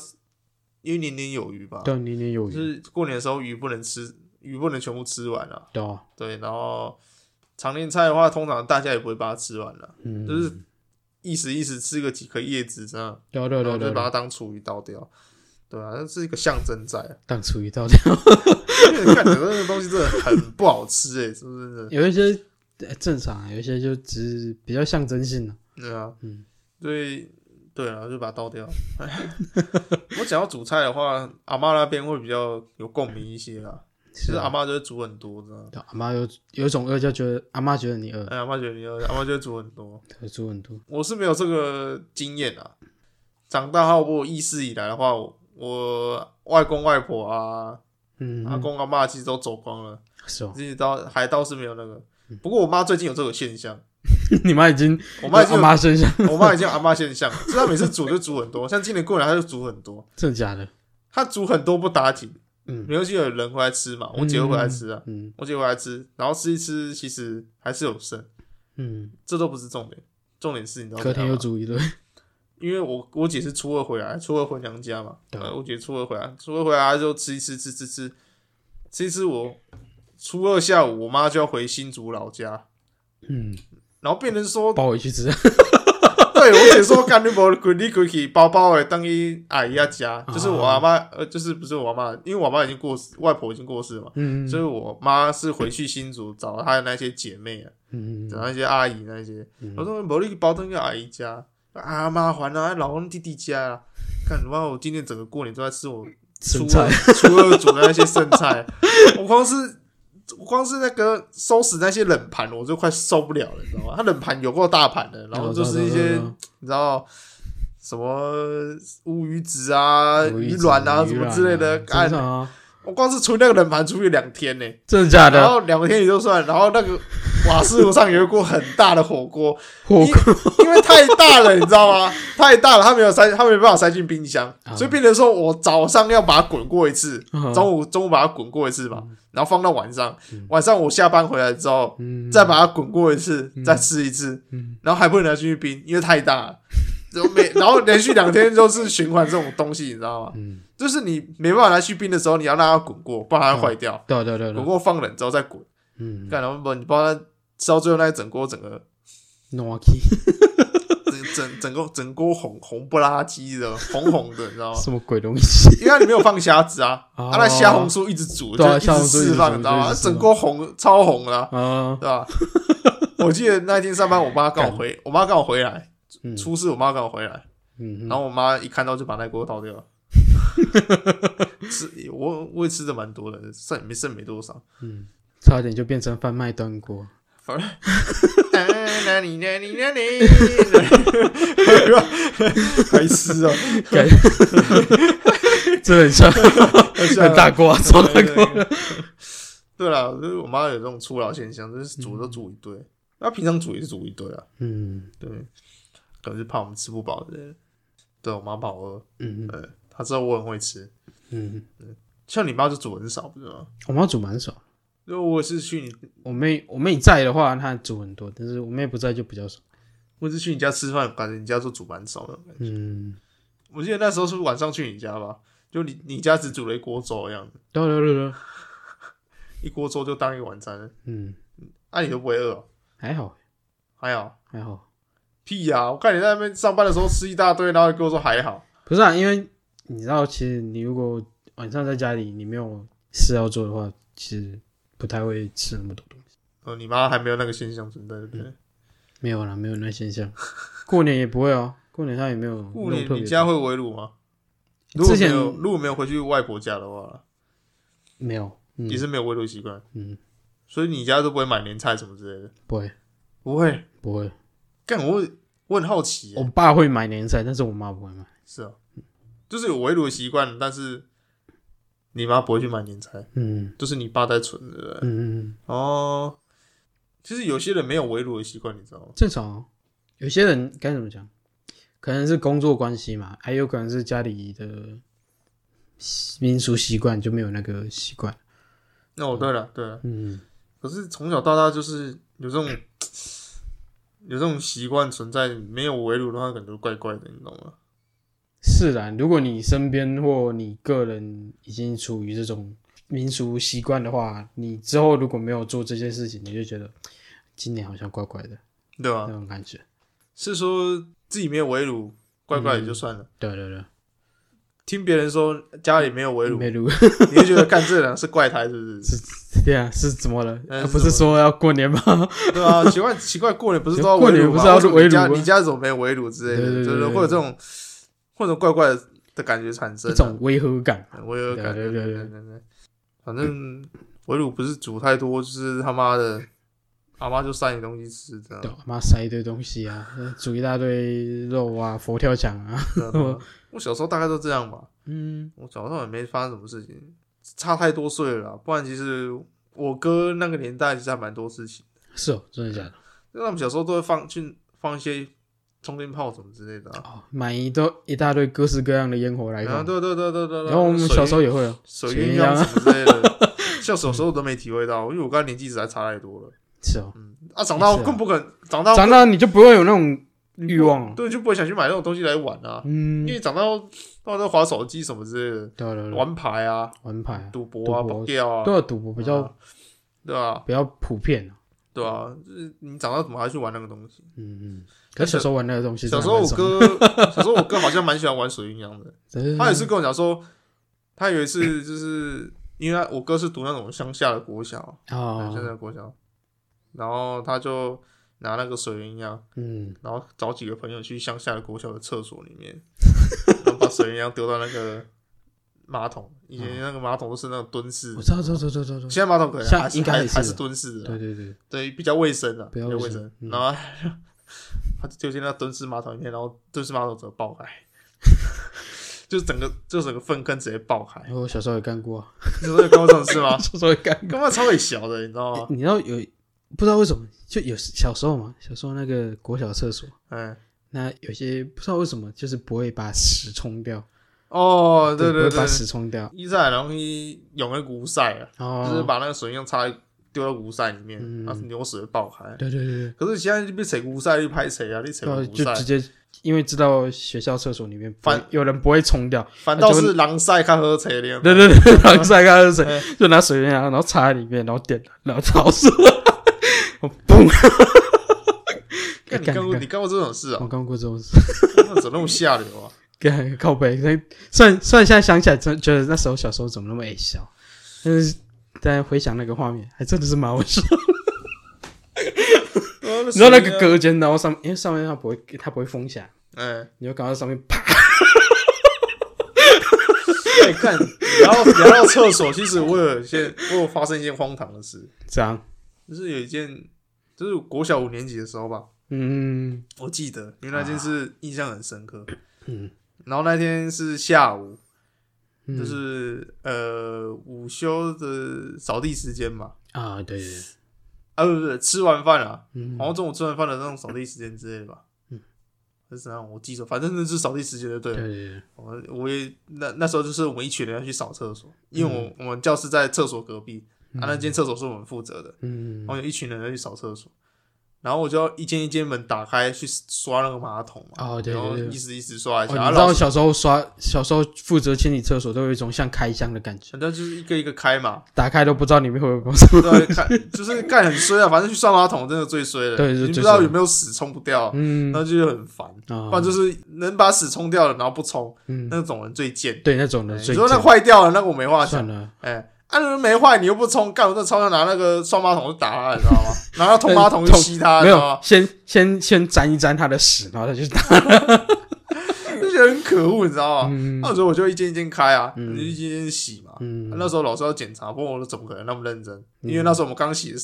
因为年年有余吧，对啊，年年有就余，是过年的时候鱼不能吃，鱼不能全部吃完啊，对啊，对，然后常年菜的话，通常大家也不会把它吃完了，嗯，就是意思意思吃个几颗叶子这样，对啊对啊然对啊后对就啊把对它啊，当厨余倒掉，对啊，那是一个象征在啊， 当厨余倒掉。因为看整个那个东西真的很不好吃哎、是不是？有一些呃正常，有一些就只是比较象征性的。对啊，嗯，所以对啊，就把它倒掉。 我讲到煮菜的话，阿妈那边会比较有共鸣一些啦。其是实啊阿妈就会煮很多，知道吗？对啊阿妈有有一种饿，就觉得阿妈觉得你饿，哎，阿妈觉得你饿，阿妈就会煮很多。对煮很多。我是没有这个经验啊。长大后，我有意识以来的话，我我外公外婆啊、嗯，阿公阿妈其实都走光了，是 哦，自己倒还倒是没有那个。嗯不过我妈最近有这个现象，你妈已经我妈已经嗯阿有妈身上，我妈已经有阿妈现象了，就是她每次煮就煮很多，像今年过年她就煮很多，真的假的？她煮很多不打紧，嗯没有就有人回来吃嘛，我姐会回来吃啊，嗯我姐回来吃，然后吃一吃，其实还是有剩，嗯，这都不是重点，重点是你知道隔天又怎样吗，煮一顿， 因为我我姐是初二回来，初二回娘家嘛，对啊呃我姐初二回来，初二回来就吃一吃吃吃吃，吃一吃我初二下午我妈就要回新竹老家，嗯，然后变成说，抱回去吃。对我姐说干你不滚你滚去包包诶，当一阿姨要家，就是我阿妈呃就是不是我阿妈，因为我阿妈已经过世，外婆已经过世了嘛。嗯， 所以我妈是回去新竹找她的那些姐妹啊，嗯找那些阿姨那些。我说某力包登个阿姨家，啊麻烦啊，老公弟弟家啊。看，妈，我今天整个过年都在吃我初剩二菜初二煮的那些剩菜，我光是我光是那个收拾那些冷盘，我就快受不了了，你知道吗？它冷盘有够大盘的，然后就是一些你知道什么乌鱼子啊、鱼卵啊什么之类的，干干，啊，我光是除那个冷盘，除以两天呢、真的假然的？后两天也就算，然后那 个瓦斯炉上有一锅很大的火锅，火因因为太大了，你知道 吗？太大了，它没有塞，它没办法塞进冰箱，啊所以变成说我早上要把它滚过一次，锅中午中午把它滚过一次吧，然后放到晚上，晚上我下班回来之后嗯再把它滚过一次，再吃一次嗯，然后还不能拿进去冰，因为太大了。然后每然后连续两天都是循环这种东西，你知道吗？嗯，就是你没办法拿去冰的时候，你要让它滚过，不然它会坏掉。对啊对啊对啊滚对啊，过放冷之后再滚，嗯，干然后不你帮它吃到最后那一整锅，整个暖气整整整个整锅红红不拉几的，红红的，你知道吗？什么鬼东 西？因为它里面有放虾子啊，哦啊那虾红素一直煮，对啊就一虾红直素一直释煮放，你知道就吗？一直释放整锅红超红了啊，啊对，吧？ 我记得那一天上班，我妈刚好回，我妈刚好回来，嗯出事我妈刚好回来，嗯，然后我妈一看到就把那锅倒掉了。 吃我我也吃的蛮多的，剩没剩没多少。嗯，差点就变成贩卖端锅。好 了，那你那你那 你，白痴哦，感觉真的 很像 很大锅啊，超大锅。锅。对了，就是我妈有这种初老现象，就是煮都煮一堆，那平常煮也是煮一堆啊，嗯对，可能是怕我们吃不饱的。对我妈怕我饿，嗯嗯对，她知道我很会吃。嗯，像你妈就煮很少，不是吗？我妈煮蛮少。因为我是去你，我妹我妹在的话，她煮很多，但是我妹不在就比较少。我是去你家吃饭，感觉你家就煮蛮少的。嗯，我记得那时候是不是晚上去你家吧，就你你家只煮了一锅粥的样子。对对对对，一锅粥就当一个晚餐了，嗯，那、你都不会饿哦、还好还好，还好，屁呀、我看你在那边上班的时候吃一大堆，然后你跟我说还好，不是啊，因为你知道，其实你如果晚上在家里，你没有事要做的话，其实不太会吃那么多东西。哦，你妈还没有那个现象存在，对不嗯对？没有啦，没有那现 象。过年也不会啊，过年她也没有过弄年特别你多家会围炉吗？如果之没前有，如果没有回去外婆家的话，没有，嗯也是没有围炉习惯，嗯，所以你家都不会买年菜什么之类的，不会不会。不会。哦干我，我很好奇耶、我爸会买年菜，但是我妈不会买。是啊，就是有围炉的习惯，但是你妈不会去买年菜，嗯就是你爸在存的。嗯嗯，嗯哦，其实有些人没有围炉的习惯，你知道吗？正常、哦。有些人该怎么讲？可能是工作关系嘛，还有可能是家里的习民俗习惯就没有那个习惯。那、哦、我对了，对了，嗯，可是从小到大就是有这种有这种习惯存在，没有围炉的话，感觉怪怪的，你懂吗？是啦，如果你身边或你个人已经处于这种民俗习惯的话，你之后如果没有做这些事情，你就觉得今年好像怪怪的对吧、那种感觉。是说自己没有围炉，怪怪也就算了。对对对，听别人说家里没有围炉，没你录。 就觉得干这两是怪胎，是不是？对啊， 是怎么了？嗯啊是不是说要过年吗？对啊，奇怪奇怪，过年不是都要过围年炉吗？不是要为什么围你家炉吗你家怎么没有围炉之类对的？对就对是会有这种或者怪怪的的感觉产 生、这啊。种违和感。我也有感对觉，对对对对，反正围炉不是煮太多，就是他妈的，阿妈就塞你东西吃这样对，啊妈塞一堆东西啊，煮一大堆肉啊，佛跳墙啊， 对啊。对啊我小时候大概都这样吧，嗯，我小时候也没发生什么事情，差太多岁了啦，不然其实我哥那个年代其实还蛮多事情，是哦，真的假的？因为他们小时候都会放去放一些充电炮什么之类的啊。哦，买一都一大堆各式各样的烟火来然后放。对啊对对对对对，然后我们小时候也会哦，水水鸳鸯鸯啊什么之类 的，像小时候都没体会到，因为我跟他年纪实在差太多了。是哦，啊，长大是啊更不可能，长大长大你就不会有那种欲望了。对，就不会想去买那种东西来玩啊。嗯，因对为长大后到时候划手机什么之类的，啊对啊对啊玩牌啊、玩牌啊，赌博啊、赌博博掉啊，对啊，赌博比较嗯对啊，比较普遍啊。对啊，就是你长大怎么还去玩那个东西？嗯嗯，可是小时候玩那个东西真小的时还候蛮我爽的，啊哥，小时候我哥好像蛮喜欢玩水鸳鸯 的，真他也是跟我讲说，他有一次就是因为他我哥是读那种乡下的国小，乡下哦，的国小，然后他就拿那个水鸳鸯，嗯，然后找几个朋友去乡下的国小的厕所里面， 然后把水鸳鸯丢到那个马桶。以前那个马桶都是那种蹲式哦我，知道，知道，知道，知 道，知道现在马桶可能像还是应该还也是还是啊蹲式的对啊，对对，对，比较卫生的，比较卫卫生生。嗯然后他 他就丢进那蹲式马桶里面，然后蹲式马桶整个爆开， 就整个就整个粪坑直接爆开。然后我小时候也干过啊，？你说干过这种事吗小时候也干干嘛超会小的，你知道吗？你知道有不知道为什么就有小时候嘛，小时候那个国小厕所，哎，那有些不知道为什么就是不会把屎冲掉，哦，对对不会对把，屎冲掉，伊赛容易涌那个污塞啊。哦，就是把那个水用插丢到无塞里面，嗯然后牛屎会爆开。对对对可是现在就被谁无塞就拍谁啊，你谁对，然后无就直塞，接因为知道学校厕所里面不会反嗯有人不会冲掉，反倒是狼塞看喝谁的。啊啊对对对，然后再看是嗯谁，就拿水烟然后插在里面，然后点，然后潮湿， 我嘣，干你干干过干你干过这种事我 啊？干过这种事，那怎么那么下流啊？干靠背，那算算现在想起来，真觉得那时候小时候怎么那么矮小，但是但回想那个画面，还真的 是蛮好笑。你啊你知道那个，隔间，然后上因为上面它不会它不会封起来，哎，你就感到上面啪，哎看，然后聊到厕所，其实我有一些我有发生一件荒唐的事，这样，就是有一件，就是国小五年级的时候吧，嗯我记得，因为那件事印象很深刻。啊嗯，然后那天是下午，嗯就是呃午休的扫地时间嘛，啊，对对对，啊不是不是吃完饭了，嗯好像中午吃完饭的那种扫地时间之类的吧。嗯，还是怎样？我记错，反正那是扫地时间就对对了。对对，我我也那那时候就是我们一群人要去扫厕所，因为我、嗯我们教室在厕所隔壁，啊那间厕所是我们负责的，嗯然后有一群人要去扫厕所。然后我就要一间一间门打开去刷那个马桶嘛，哦对对然后对一时一时刷一下，哦，你然后知老道师小时候刷，小时候负责清理厕所都有一种像开箱的感觉，反正就是一个一个开嘛，打开都不知道里面会不会有什么。对，看就是盖很衰啊，反正去刷马桶真的最衰了，对你是不知最道衰有没有屎冲不掉，嗯然，后就很烦。啊不然就是能把屎冲掉了，然后不冲，嗯那种人最贱。对那种哎的你最说那贱坏掉了，那个我没话算讲。了，哎，啊，那没坏，你又不冲，干我这超想拿那个双马桶去打他，你知道吗？拿那通马桶去吸他，你没知道有吗？先先先沾一沾他的屎，然后他就打。就觉得很可恶，你知道吗？嗯那时候我就一间一间开啊，嗯就一间一间洗嘛。啊嗯那时候老师要检查，不过我怎么可能那么认真？因为那时候我们刚洗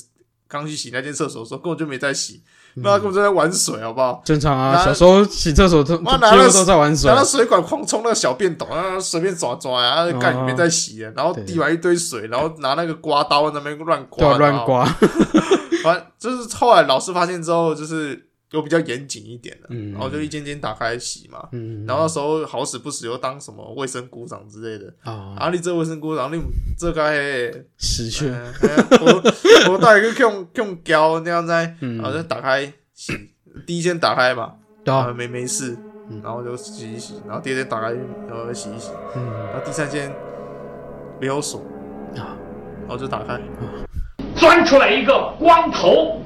刚去洗那间厕所的时候，根本就没在洗，嗯那他根本就在玩水，好不好？正常啊，拿小时候洗厕所都几妈乎拿了都在玩水拿，到水管狂冲那个小便斗，啊，随便抓抓呀、啊，干、你没在洗啊，然后哦对地板一堆水，然后拿那个刮刀在那边乱对刮，啊，乱。刮，反正就是后来老师发现之后，就是有比较严谨一点的，嗯然后就一间间打开洗嘛。嗯，然后那时候好死不死又当什么卫生股长之类的，啊，啊，你这卫生股长，你这个死去，嗯，我我带一个用用胶那样在，嗯然后就打开洗，第一天打开嘛，对啊啊，没没事，嗯然后就洗一洗，然后第二天打开然后洗一洗，嗯然后第三天没有锁，啊，然后就打开，钻出来一个光头。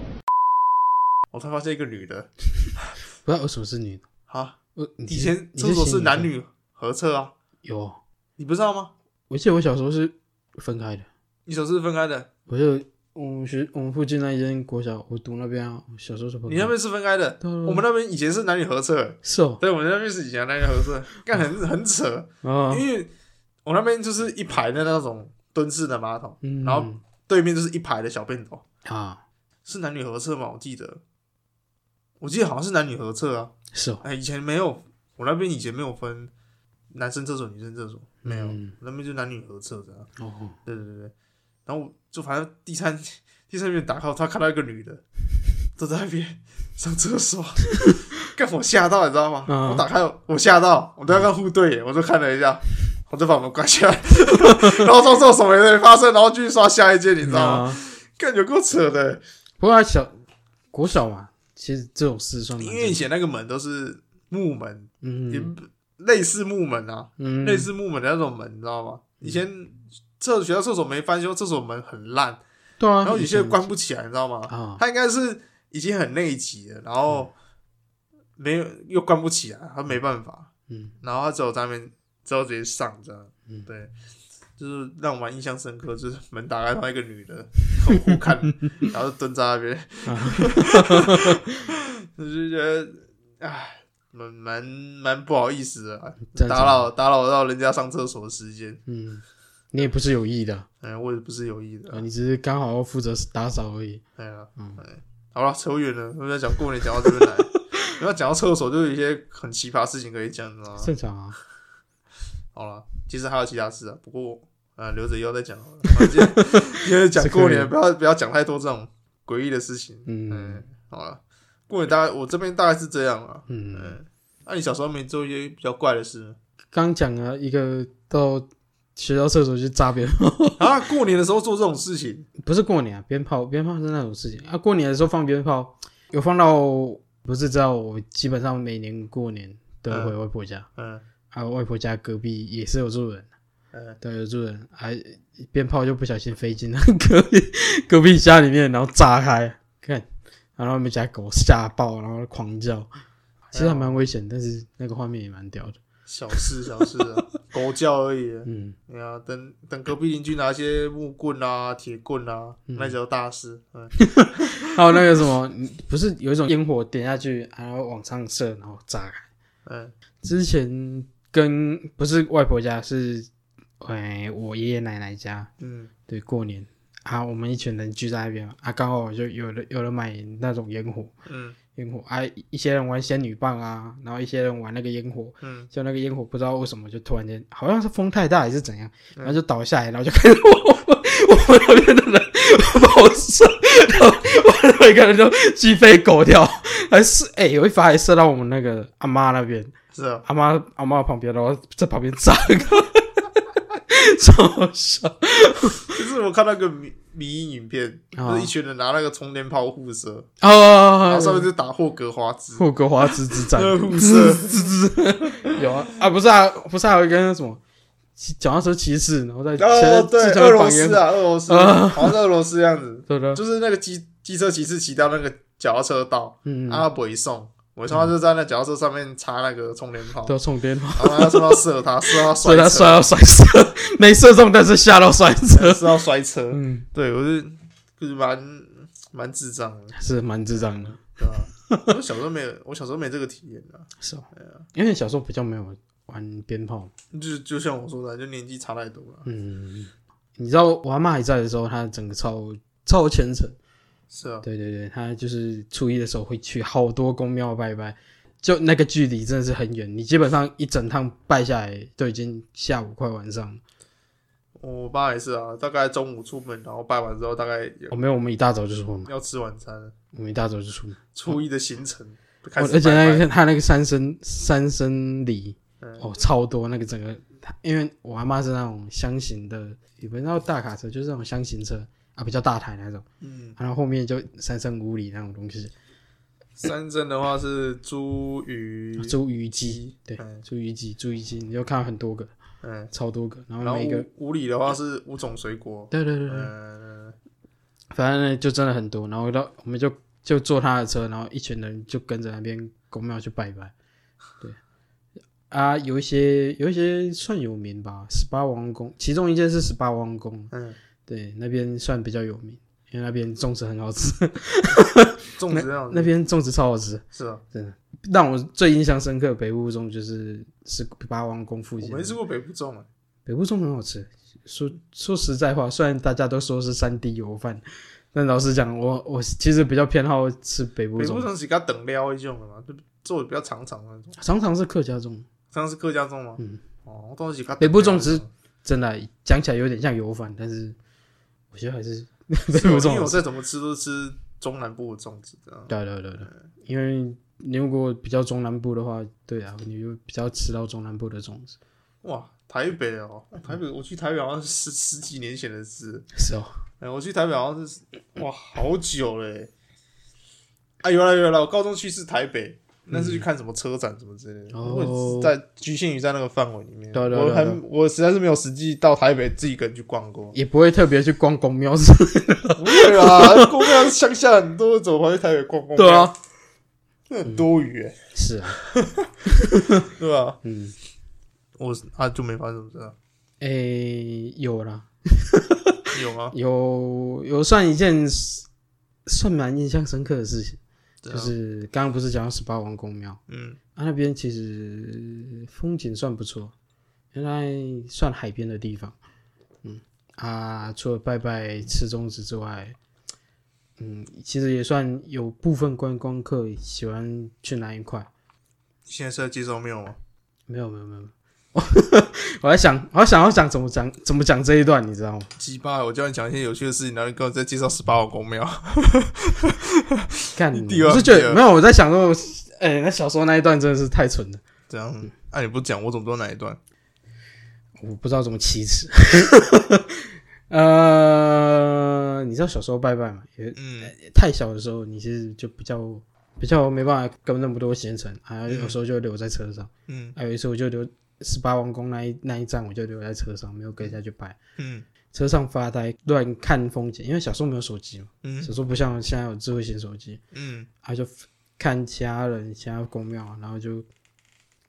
我才发现一个女的，不知道为什么是女的，啊，我以前你是厕所写是男的女合厕啊，有啊，你不知道吗？我记得我小时候是分开的，你手是分开的，我就我们学我们附近那一间国小，我读那边啊，我小时候是分开你那边是分开的，对啊我们那边以前是男女合厕、欸是哦，对，我们那边是以前男女合厕，干很很扯，啊，因为我那边就是一排的那种蹲式的马桶，嗯然后对面就是一排的小便斗，啊，是男女合厕吗？我记得，我记得好像是男女合厕啊。是哦，哎，以前没有，我那边以前没有分男生厕所、女生厕所，没有，嗯那边就男女合厕这样。哦，对对对对，然后我就反正第三 第三遍打开，他看到一个女 的坐在那边上厕所， 干我吓到你知道吗？嗯我打开我吓到，我都要跟互对眼，我就看了一下，我就把门关起来， 然后装作什么也没发生，然后继续刷下一件，你知道吗？啊，干有够扯的，不过他小国小嘛，其实这种事算蛮因为以正前那个门都是木门，常也嗯不类似木门啊，嗯类似木门的那种门，你知道吗？以前厕学校厕所没翻修，厕所门很烂，对啊，然后有些以前关不起来，你知道吗？啊它应该是已经很内急了，然后没有又关不起来，他没办法，嗯然后他只有在那边，只有直接上这样，嗯对，就是让我蛮印象深刻，就是门打开，然后一个女 的很互看，然后就蹲在那边， 就是觉得唉，蛮蛮蛮不好意思的啊，正常打扰打扰到人家上厕所的时间，嗯，你也不是有意的嗯，我也不是有意的啊，，你只是刚好负责打扫而已。哎呀，嗯哎好了，扯远了，我们在讲过年讲到这边 来，然后讲到厕所就有一些很奇葩的事情可以讲，你知道吗？正常啊，好了，其实还有其他事啊，不过呃留着以后再讲好了。反正今天今天讲过是年，可不要不要讲太多这种诡异的事情。嗯好了，过年大概我这边大概是这样啊。嗯，嗯，那、你小时候没做一些比较怪的 事吗？刚讲了一个到学校厕所去扎别人，啊，过年的时候做这种事情， 不是过年啊，鞭炮，鞭炮是那种事情啊。过年的时候放鞭炮，有放到不是知道我基本上每年过年都会回外婆家，嗯啊，外婆家隔壁也是有住人，嗯，对，有住人，啊，鞭炮就不小心飞进那 隔壁隔壁家里面，然后炸开，看，然后他们家狗吓爆，然后狂叫，其实还蛮危险，但是那个画面也蛮屌的，小事小事 啊，狗叫而已啊。嗯，哎呀，等等隔壁邻居拿一些木棍啊、铁棍啊，那叫大事。嗯，还有那个什么，不是有一种烟火点下去，然后往上射，然后炸开。嗯之前跟不是外婆家，是哎、我爷爷奶奶家，嗯对，过年啊，我们一群人聚在那边嘛啊，刚好就有人有人买那种烟火，嗯烟火啊，一些人玩仙女棒啊，然后一些人玩那个烟火，嗯，就那个烟火不知道为什么就突然间好像是风太大还是怎样，然后就倒下来，然后就开始我我们那边的人跑射，然后我们那个人就鸡飞狗跳，还是哎、有一发还射到我们那个阿妈那边。是啊，阿妈阿妈旁边，然后在旁边炸个， 超好笑。就是我看那个迷迷因影片，啊就是一群人拿那个充电炮互射，然啊后！上面就打霍格华兹，霍格呃华兹之战那个互 射，有啊啊，不是啊，不是还有一个什么骑脚踏车骑士，然后在哦，对，在俄罗斯，啊，俄罗斯，啊好像是俄罗斯样子，对的，就是那个机机车骑士骑到那个脚踏车道，啊嗯，阿北送，我他就在那脚踏车上面插那个充电炮，都要冲电话，然后他说要射 他，射到嗯摔所以他车摔，到摔车，没射中，但是吓到摔车。射到摔车，嗯，对我是就是蛮蛮智障的， 是蛮智障的，对吧？我小时候没有，我小时候没这个体验啊，是哦，因为小时候比较没有玩鞭炮，就就像我说的，就年纪差太多了。嗯，你知道我阿妈还在的时候，她整个超超虔诚。是啊，对对对，他就是初一的时候会去好多宫庙拜拜，就那个距离真的是很远，你基本上一整趟拜下来都已经下午快晚上了。我爸也是啊，大概中午出门，然后拜完之后，大概有哦，没有，我们一大早就出门，要吃晚餐，我们一大早就出门，初一的行程开哦、始而且那拜拜个他那个三生三生礼嗯哦，超多那个整个，因为我阿妈是那种箱型的，也不知道大卡车，就是那种箱型车啊，比较大台那种，嗯，然后后面就三生五礼那种东西，三珍的话是猪鱼，猪鱼鸡，对嗯，猪鱼鸡，猪鱼鸡，你就看到很多个，嗯，超多个，然然后后啊每一个，五五里的话是五种水果，对对对啊对，嗯，反正呢就真的很多，然后到我们就就坐他的车，然后一群人就跟着那边公庙去拜拜。对，啊，有一些有一些算有名吧，十八王宫，其中一件是十八王宫，嗯，对，那边算比较有名，因为那边粽子很好吃， 粽子那种那边粽子超好吃，是啊，真的。让我最印象深刻的北部粽就是十八王宫附我近的，没吃过北部粽啊，北部粽很好吃。说说实在话，虽然大家都说是三 D 油饭，但老实讲，我我其实比较偏好吃北部北粽部。粽是给它等撩一种的嘛，就做的比较长长的那种，常常是客家粽，像是客家粽吗？嗯，哦，都是给它北部粽等料一只种真的啊讲起来有点像油饭，但是我觉得还 是北部哦因粽为好我吃。再怎么吃都吃中南部的粽子，这样对啊对对对，因为你如果比较中南部的话，对啊，你就比较吃到中南部的粽子。哇，台北哦，嗯台北，我去台北好像是十十几年前的事，是哦，哎，我去台北好像是哇，好久嘞。啊，有了有了，我高中去是台北，那是去看什么车展什么之类的，哦我只是在局限于在那个范围里面。对对我对还对。我实在是没有实际到台北自己一个人去逛过 也不会特别去逛公庙之类的。对 啊，公庙乡下很多，走跑去台北逛逛？，，啊 那很多余哎，是啊，对吧？嗯，我啊就没发生什么事啊，诶，有啦，你有吗？有有算一件算蛮印象深刻的事情，怎就样是刚刚不是讲到十八王公庙，啊嗯啊，那边其实风景算不错，原来算海边的地方。嗯啊，除了拜拜、吃粽子之外，嗯，其实也算有部分观光客喜欢去那一块。现在是在介绍庙吗？没有，没有，没有。 我在想，我在想要讲怎么讲，怎么讲这一段，你知道吗？鸡巴！我叫你讲一些有趣的事情，然后你跟我再介绍十八王公庙。 看，第二我是觉第得二没有，我在想说，哎、那小时候那一段真的是太蠢了，这嗯样，啊，你不讲，我怎么知道哪一段？我不知道怎么启齿。 呃，你知道小时候拜拜嘛？也嗯，太小的时候，你其实就比较比较没办法跟那么多行程，啊，有时候就留在车上。嗯还有一次我就留十八王宫那一那一站，我就留在车上，没有跟下去拜。嗯车上发呆，乱看风景，因为小时候没有手机嘛，嗯小时候不像现在有智慧型手机，嗯啊，就看其他人、其他宫庙，然后就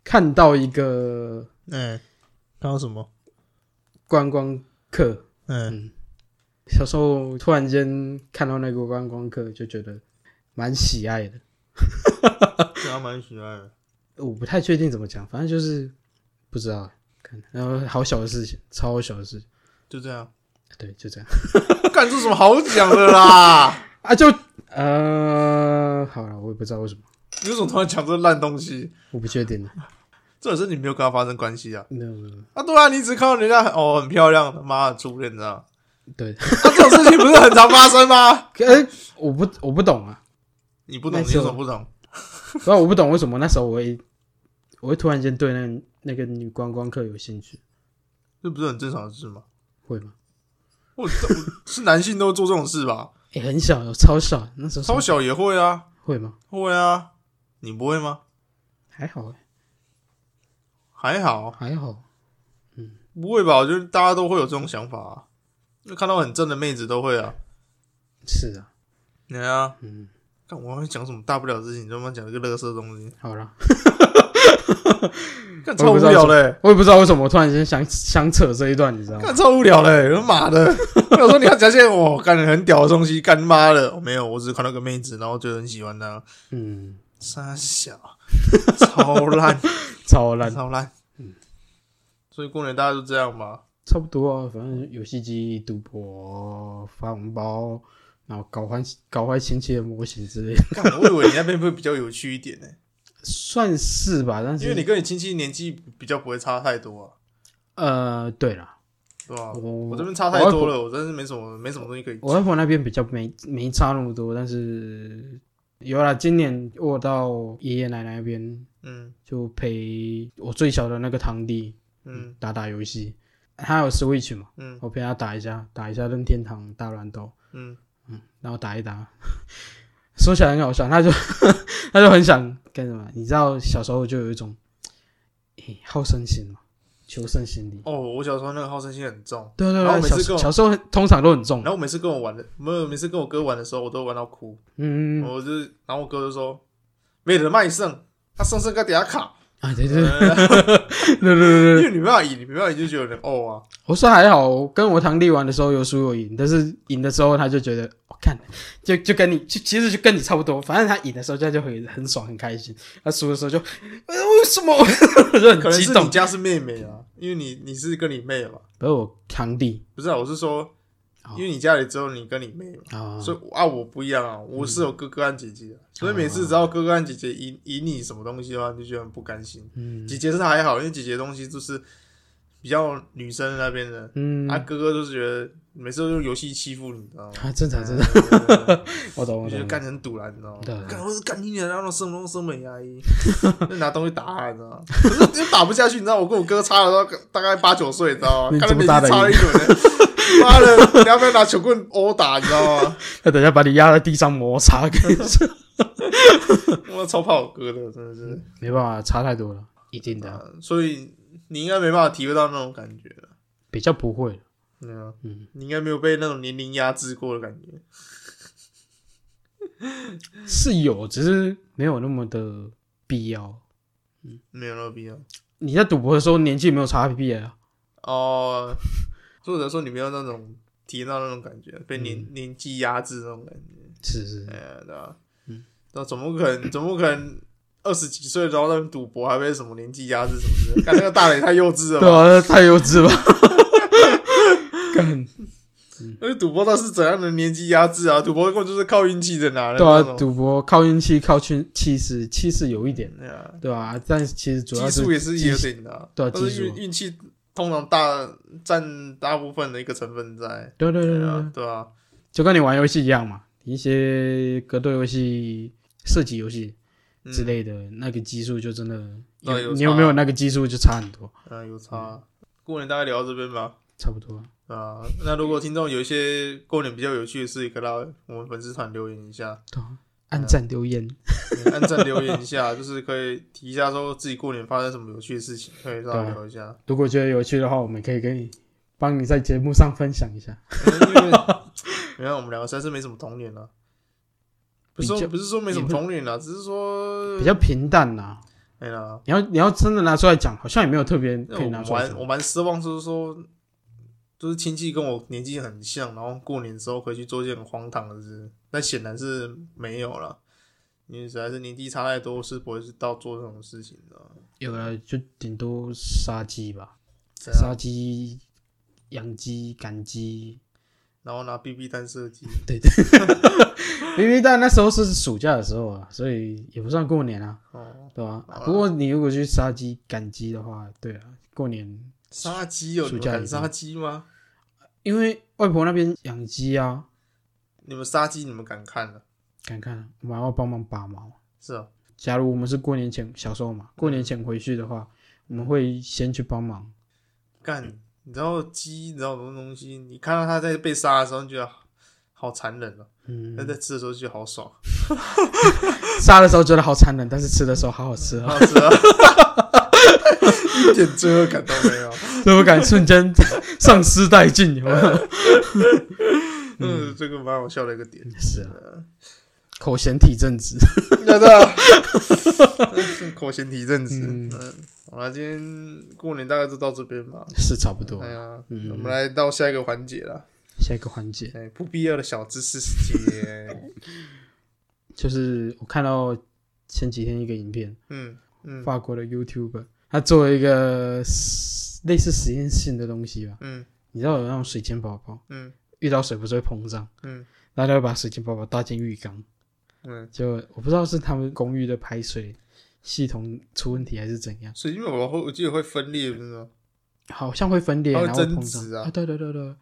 看到一个嗯，看到什么？观光客，嗯，小时候突然间看到那个观光客，就觉得蛮喜爱的。这还蛮喜欢的。我不太确定怎么讲，反正就是不知道。看，然后好小的事情，超小的事情，就这样， 对，就这样干出什么好讲的啦？ 啊，就呃，好了，我也不知道为什么，你为什么突然讲这烂东西？我不确定了，这也是你没有跟他发生关系啊！没有没有，没啊，对啊，你只看到人家很哦很漂亮，他妈的初恋，你知道吗？有对，啊，这种事情不是很常发生吗？可呃我不我不懂啊，你不懂，没你错有什么不懂？不然我不懂为什么那时候我会我会突然间对那那个女观光客有兴趣，这不是很正常的事吗？ 会吗？我这我是男性都会做这种事吧？也、很小，我超小，那时候超小也会啊，会吗？会啊，你不会吗？还好欸还好，还好，不会吧？我觉得大家都会有这种想法、啊，就看到很正的妹子都会啊。是啊，你啊，嗯，看我还讲什么大不了的事情，你他妈讲一个乐色东西，好了，看超无聊嘞、我也不知道为什么我突然间想想扯这一段，你知道吗看？超无聊嘞、他妈的！ 我想说你要讲些我干很屌的东西，干妈的，没有，我只是看到个妹子，然后就很喜欢她，嗯，傻小， 超烂，超烂，超烂。所以过年大家就这样吧，差不多啊，反正游戏机、赌博、发红包，然后搞坏搞坏亲戚的模型之类的，干我以为你那边会比较有趣一点 呢、算是吧。但是因为你跟你亲戚年纪比较不会差太多啊，呃，对了，对吧、我哦我这边差太多了，我真是没什么没什么东西可以讲。我外婆那边比较没没差那么多，但是有啦，今年我到爷爷奶奶那边嗯就陪我最小的那个堂弟嗯打打游戏，他有 Switch 嘛，嗯我陪他打一下，打一下任天堂大乱斗，嗯，然后打一打， 说起来很好笑，他就 他就很想干什么？你知道小时候就有一种、诶好胜心嘛，求胜心理。哦，我小时候那个好胜心很重，对对然后对，每小次时跟小我，时候很通常都很重然。后每次跟我玩的，没有每次跟我哥玩的时候，我都玩到哭。嗯，我就是，然后我哥就说：“没得卖肾，他肾肾该底下 卡，啊，对对对呃对对对因对， 为你没办法赢，你没办法赢就觉得有点哦啊，我说还好，我跟我堂弟玩的时候有输有赢，但是赢的时候他就觉得，我、看，就就跟你就其实就跟你差不多，反正他赢的时候他就很很爽很开心，他输的时候就，呃、为什么？ 我可就很能激是动你。家是妹妹啊，因为你你是跟你妹嘛，不是我堂弟不是啊，我是说，因为你家里只有你跟你妹嘛，啊，所以啊我不一样啊，我是嗯有哥哥和姐姐的，所哦以每次只要哥哥和姐姐赢赢你什么东西的话，你就觉得很不甘心。嗯姐姐是还好，因为姐姐的东西就是比较女生那边的，嗯啊哥哥就是觉得每次都用游戏欺负你，你知道 吗？啊，正常正常，常。我懂我我觉得懂。干成堵了，你知道吗对？干我是干你娘，然后生龙生美阿姨，就拿东西打他，你知道吗？ 可是就打不下去，你知道我跟我哥差了大概大概八九岁，你知道吗？你看怎他年么纪打得差了一轮呢， 妈的，你要不要拿球棍殴打，你知道吗？他等一下把你压在地上摩擦， 跟你说我超怕我哥的，真的是。没办法，差太多了，一定的啊，呃所以你应该没办法体会到那种感觉了，比较不会。对啊，嗯你应该没有被那种年龄压制过的感觉。是有，只是没有那么的必要。没有那个必要你在赌博的时候年纪没有差别啊，哦，或者说你没有那种体验到那种感觉，被年、年纪压制那种感觉。是是哎呀，对吧？嗯，那怎么可能？怎么可能？二十几岁然后在那边赌博，还被什么年纪压制什么的？看那个大人也太幼稚了 对吧！啊，那太幼稚了。干，那个赌博到底是怎样的年纪压制啊？赌博根本就是靠运气的拿的 对啊那，种。赌博靠运气，靠气气势，气势有一点，对啊，对啊，但是其实主要技是术也是技有点的啊，对啊但技是术运运气通常大占大部分的一个成分在。对对对对对，啊对，对啊，就跟你玩游戏一样嘛，一些格斗游戏、射击游戏嗯之类的，那个基数就真的那有你差有没有那个基数就差很多，啊，有差啊。过年大概聊到这边吧。差不多。啊，那如果听众有一些过年比较有趣的事，也可以到我们粉丝团留言一下。对啊，按赞留言，按赞留言一下， 就是可以提一下说自己过年发生什么有趣的事情，可以稍啊微聊一下。如果觉得有趣的话，我们可以跟你帮你在节目上分享一下。因为因为我们两个实在是没什么童年了、啊不是比说较不是说没什么童年了、只是说比较平淡呐、哎呀，你要你要真的拿出来讲，好像也没有特别那可以我拿出来蛮我讲。蛮失望，就是说就是亲戚跟我年纪很像，然后过年之后可以去做一件很荒唐的事，但显然是没有了。因为实在是年纪差太多，是不会是到做这种事情的。有了就顶多杀鸡吧，怎杀样鸡、养鸡、赶鸡。然后拿 BB 弹射击，对对，因为但那时候是暑假的时候啊，所以也不算过年啊， 哦，对吧、好啦不过你如果去杀鸡、赶鸡的话，对啊，过年杀鸡哦，你暑们假敢一定杀鸡吗？因为外婆那边养鸡啊，你们杀鸡你们敢看了？看看我们还要帮忙拔毛。是啊，假如我们是过年前小时候嘛，过年前回去的话，我们会先去帮忙。干，你知道鸡，你知道什么东西？你看到它在被杀的时候，你觉得好好残忍哦；嗯，但在吃的时候就觉得好爽，杀的时候觉得好残忍，但是吃的时候好好吃好 啊！好吃啊， 一点罪恶感都没有。罪恶感瞬间丧失殆尽，有 没有？嗯，这个蛮好笑的一个点。是啊， 口嫌体正直。真的，口嫌体正直。嗯嗯，好了，今天过年大概就到这边吧。是差不多哎。呀，嗯我们来到下一个环节了。下一个环节哎，不必要的小知识时 间。就是我看到前几天一个影片，嗯嗯法国的 YouTuber 他做了一个实类似实验性的东西吧？嗯你知道有那种水煎宝宝嗯遇到水不是会膨胀？嗯，然后他会把水晶宝宝倒进浴缸。嗯，结果我不知道是他们公寓的排水系统出问题还是怎样，水晶宝宝会，我记得会分裂，不是吗？好像会分裂，它会然后增膨值胀啊对对对对，然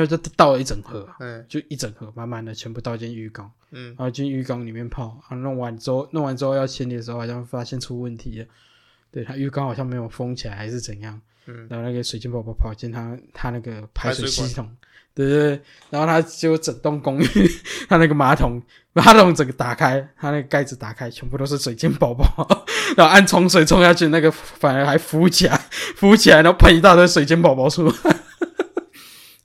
后就倒了一整盒，啊嗯就一整盒满满的全部倒进浴缸，嗯然，后进浴缸里面泡，啊，弄完之后，弄完之后要清理的时候，好像发现出问题了，对，它浴缸好像没有封起来还是怎样，嗯然后那个水晶宝宝跑进它它那个排水排水管系统，对对对，然后它就整栋公寓， 它那个马桶马桶整个打开，它那个盖子打开，全部都是水晶宝宝， 然后按冲水冲下去，那个反而还浮起来，浮起来，然后喷一大堆水晶宝宝出来，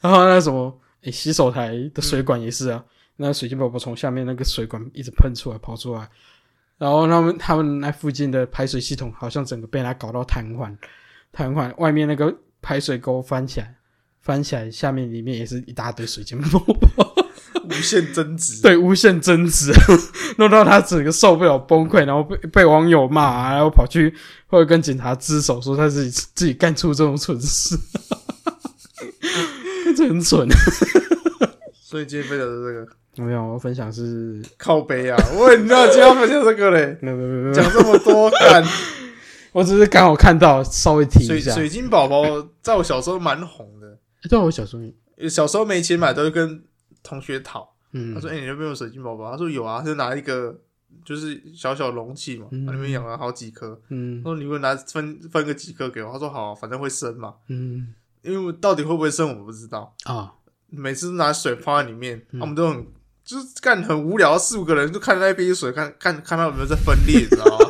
然后那什么，诶洗手台的水管也是啊，那水晶宝宝从下面那个水管一直喷出来跑出来。然后他们他们那附近的排水系统好像整个被他搞到瘫痪，瘫痪，外面那个排水沟翻起来，翻起来，下面里面也是一大堆水晶宝宝，无限增值。 对，无限增值， 弄到他整个受不了崩溃，然后被被网友骂、啊，然后跑去或者跟警察自首，说他自己自己干出这种蠢事， 这很蠢。 所以今天分享的是这个没有，我分享是靠背啊，我你知道今天要分享这个嘞，没有没有没有没有，讲这么多 干。我只是刚好看到，稍微提一水下。水晶宝宝在我小时候蛮红的，对啊，我小时候也，小时候没钱买都会跟同学讨。嗯，他说：“哎、你有没有水晶宝宝？”他说：“有啊。”他就拿一个就是小小容器嘛，嗯它里面养了好几颗。嗯他说：“你会拿分分个几颗给我？”他说：“好啊、反正会生嘛。嗯”因为我到底会不会生我不知道，啊，每次都拿水泡在里面，嗯他们都很就是干很无聊，四五个人就看那一杯水，看看看它有没有在分裂，你知道 吗？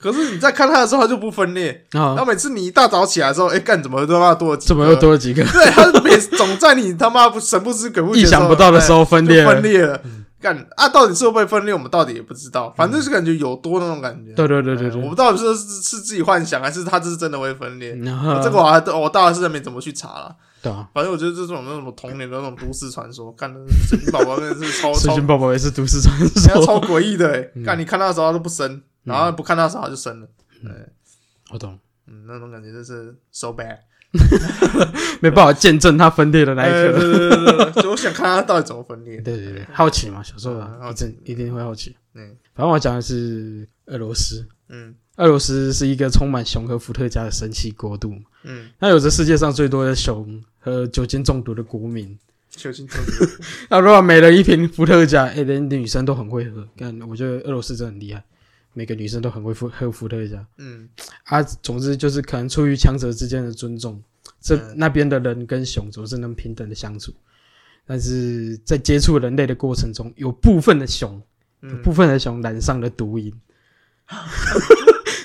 可是你在看它的时候，它就不分裂。然后啊，每次你一大早起来之后，哎、干怎么他妈多几颗？怎么又多了几个？对，他每总在你他妈不神不知鬼不觉意想不到的时候分裂就了分裂了。干啊，到底是会不会分裂，我们到底也不知道。反正就是感觉有多那种感觉。对对对对哎我对不，知道是是是自己幻想，还是他这是真的会分裂。然后这个我还我大概是没怎么去查了。对啊，反正我觉得这种那种童年的那种都市传说，干的水晶宝宝真的是超水超晶宝宝也是都市传人家说，超诡异的、欸。干你看他的时候他都不生，然后不看他的时候他就生了。对，我懂，嗯，那种感觉就是 so bad。没办法见证它分裂的那一哎对刻。对对对对，就我想看他到底怎么分裂。对对对，好奇嘛，小时候嗯啊，好一奇定一定会好奇。嗯反正我讲的是俄罗斯，嗯俄罗斯是一个充满熊和伏特加的神奇国度嘛，嗯。它有着世界上最多的熊和酒精中毒的国民。酒精 中毒， 那如果每人一瓶伏特加，哎、连女生都很会喝。看，我觉得俄罗斯真的很厉害，每个女生都很会喝喝伏特加。嗯，啊，总之就是可能出于强者之间的尊重，这、嗯那边的人跟熊总是能平等的相处，但是在接触人类的过程中，有部分的熊，有嗯部分的熊染上了 毒瘾。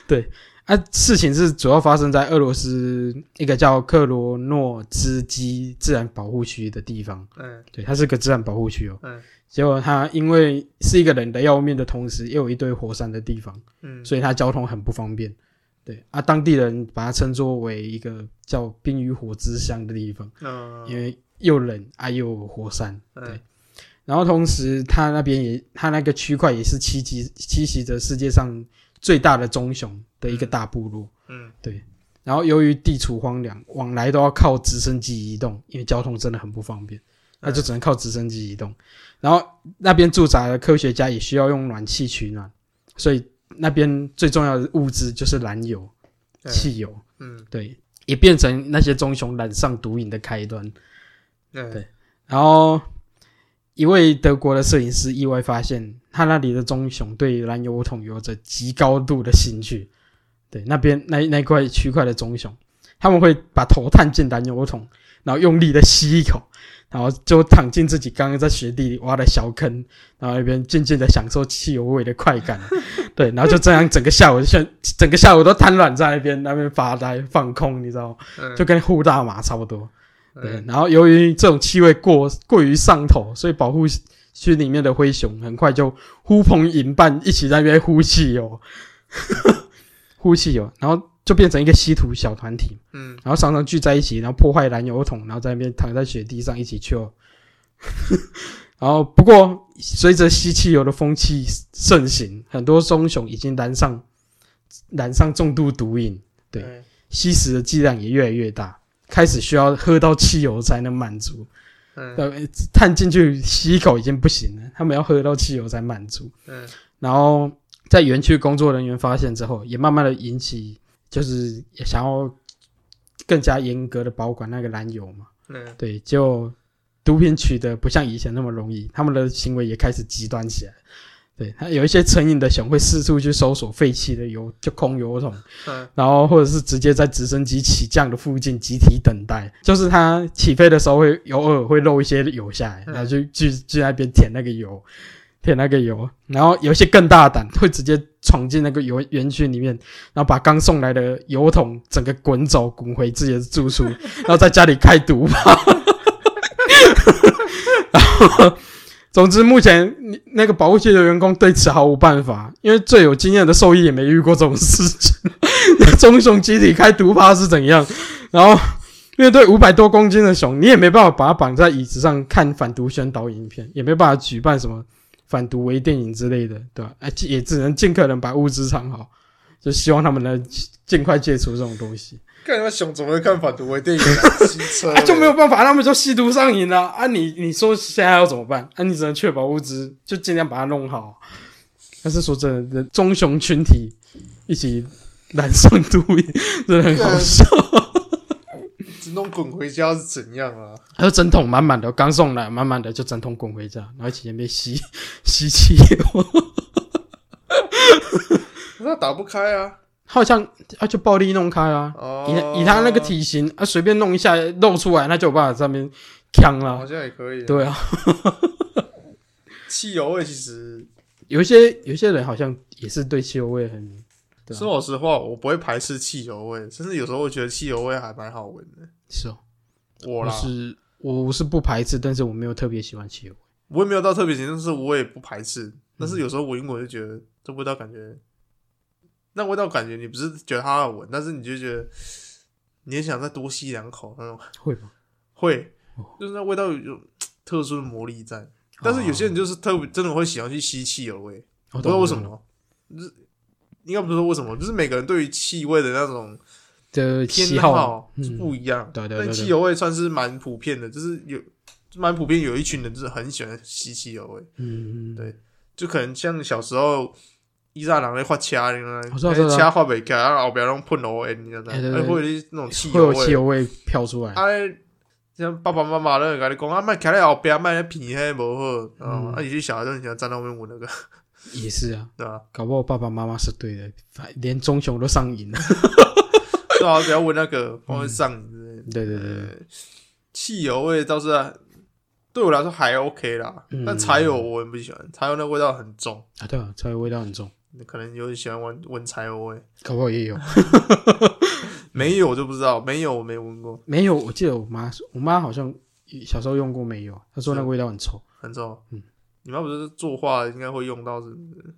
对啊，事情是主要发生在俄罗斯一个叫克罗诺兹基自然保护区的地方。嗯对，它是个自然保护区哦。嗯结果它因为是一个冷的要命的同时，又有一堆火山的地方，嗯，所以它交通很不方便。对啊，当地人把它称作为一个叫“冰与火之乡”的地方，嗯因为又冷啊又有火山。对嗯，然后同时它那边也，它那个区块也是栖息栖息着世界上最大的棕熊的一个大部落。嗯对。然后由于地处荒凉，往来都要靠直升机移动，因为交通真的很不方嗯便，那就只能靠直升机移动。然后那边驻扎的科学家也需要用暖气取暖，所以那边最重要的物资就是燃油、嗯汽油，嗯对，也变成那些棕熊染上毒瘾的开端。对，然后一位德国的摄影师意外发现，他那里的棕熊对燃油桶有着极高度的兴趣。对，那边那那块区块的棕熊，他们会把头探进燃油桶，然后用力的吸一口，然后就躺进自己刚刚在雪地里挖的小坑，然后那边静静的享受汽油味的快感。 对，然后就这样整个下午，像整个下午都瘫软在那边，那边发呆放空，你知道吗？嗯就跟呼大麻差不多。对，嗯然后由于这种气味过过于上头，所以保护区里面的灰熊很快就呼朋引伴一起在那边呼气油， 呼气油，然后就变成一个稀土小团体，嗯，然后常常聚在一起，然后破坏燃油桶，然后在那边躺在雪地上一起 chill。然后不过随着吸汽油的风气盛行，很多棕熊已经染上染上重度毒瘾，对，嗯吸食的剂量也越来越大，开始需要喝到汽油才能满足。嗯呃，探进去吸一口已经不行了，他们要喝到汽油才满足。嗯，然后在园区工作人员发现之后，也慢慢的引起就是想要更加严格的保管那个燃油嘛。嗯对，就毒品取得不像以前那么容易，他们的行为也开始极端起来。对，他有一些成瘾的熊会四处去搜索废弃的油，就空油桶，嗯然后或者是直接在直升机起降的附近集体等待，就是它起飞的时候会偶尔会漏一些油下来，嗯然后就去去那边舔那个油，舔那个油，然后有一些更大胆，会直接闯进那个油园区里面，然后把刚送来的油桶整个滚走，滚回自己的住处，然后在家里开毒吧。然后， 总之，目前你那个保护区的员工对此毫无办法，因为最有经验的兽医也没遇过这种事情。 棕熊集体开毒趴是怎样？然后面对五百多公斤的熊，你也没办法把它绑在椅子上看反毒宣导影片，也没办法举办什么反毒微电影之类的，对吧？哎，也只能尽可能把物资藏好，就希望他们能尽快戒除这种东西。看他妈熊怎么会看反毒为电影啊？机车啊， 就没有办法，他们就吸毒上瘾了啊！你你说现在要怎么办？啊，你只能确保物资，就尽量把它弄好。但是说真的，棕熊群体一起染上毒瘾，真的很好笑。只弄滚回家是怎样啊？还有整桶满满的，刚送来，满满的就整桶滚回家，然后期间被吸 吸气哦，那打不开啊！好像啊就暴力弄开啊。哦，以以他那个体型啊，随便弄一下露出来，那就有办法在那边呛了好。像也可以。，对啊，汽油味其实有一些有一些人好像也是对汽油味很对啊说老实话，我不会排斥汽油味，甚至有时候我觉得汽油味还蛮好闻的。是哦。我我啦，是我是不排斥，但是我没有特别喜欢汽油味。我也没有到特别紧，但是我也不排斥。嗯但是有时候闻一闻就觉得这味道感觉，那味道感觉你不是觉得它好闻，但是你就觉得你也想再多吸两口那种， 会吗？会哦就是那味道有有特殊的魔力在。但是有些人就是特别真的会喜欢去吸汽油味，我不知道为什懂么，就是应该不是说为什么，就是每个人对于气味的那种的喜偏好好是嗯不一样。对对但对对汽油味算是蛮普遍的，就是有就蛮普遍，有一群人就是很喜欢吸汽油欸味，嗯，嗯对就可能像小时候。伊扎人咧发车咧，我知道知道车发袂开，啊后壁拢喷油烟，你知道吗？哎对对对会有那种汽会油有味，汽油味飘出来。啊，像爸爸妈妈都会跟你讲啊，卖徛咧后壁，卖咧鼻迄无好，嗯嗯，啊，有些小孩都很喜欢站在后面闻那个， 也是啊，对吧？搞不好爸爸妈妈是对的，反连棕熊都上瘾了。最啊好不要闻那个，不然会上瘾之类的。对对对对，呃汽油味倒是啊对我来说还 OK 啦，嗯但柴油我很不喜欢，柴油那味道很重，啊对啊，柴油味道很重，可能有人喜欢闻闻柴油味，搞不好也有。没有我就不知道，没有我没闻过， 没有，我记得我妈说，我妈好像小时候用过没有，她说那个味道很臭。很重。嗯你妈不是作画应该会用到是不是？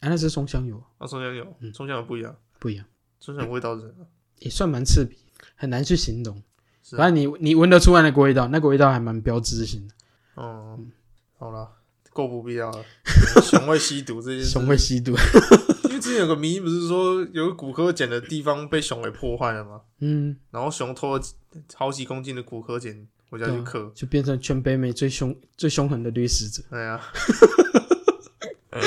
啊，那是松香油，啊，松香油，嗯松香油不一样，不一样，松香油味道是也算蛮刺鼻，很难去形容。是啊反正你你闻得出来那个味道，那个味道还蛮标志性的。嗯，好了，够不必要 了。熊会吸毒这件事，熊会吸毒， 因为之前有个迷，不是说有个骨科碱的地方被熊给破坏了吗？嗯，然后熊偷了好几公斤的骨科碱回家去嗑。就变成全北美最凶最凶狠的掠食者。哎 呀，哎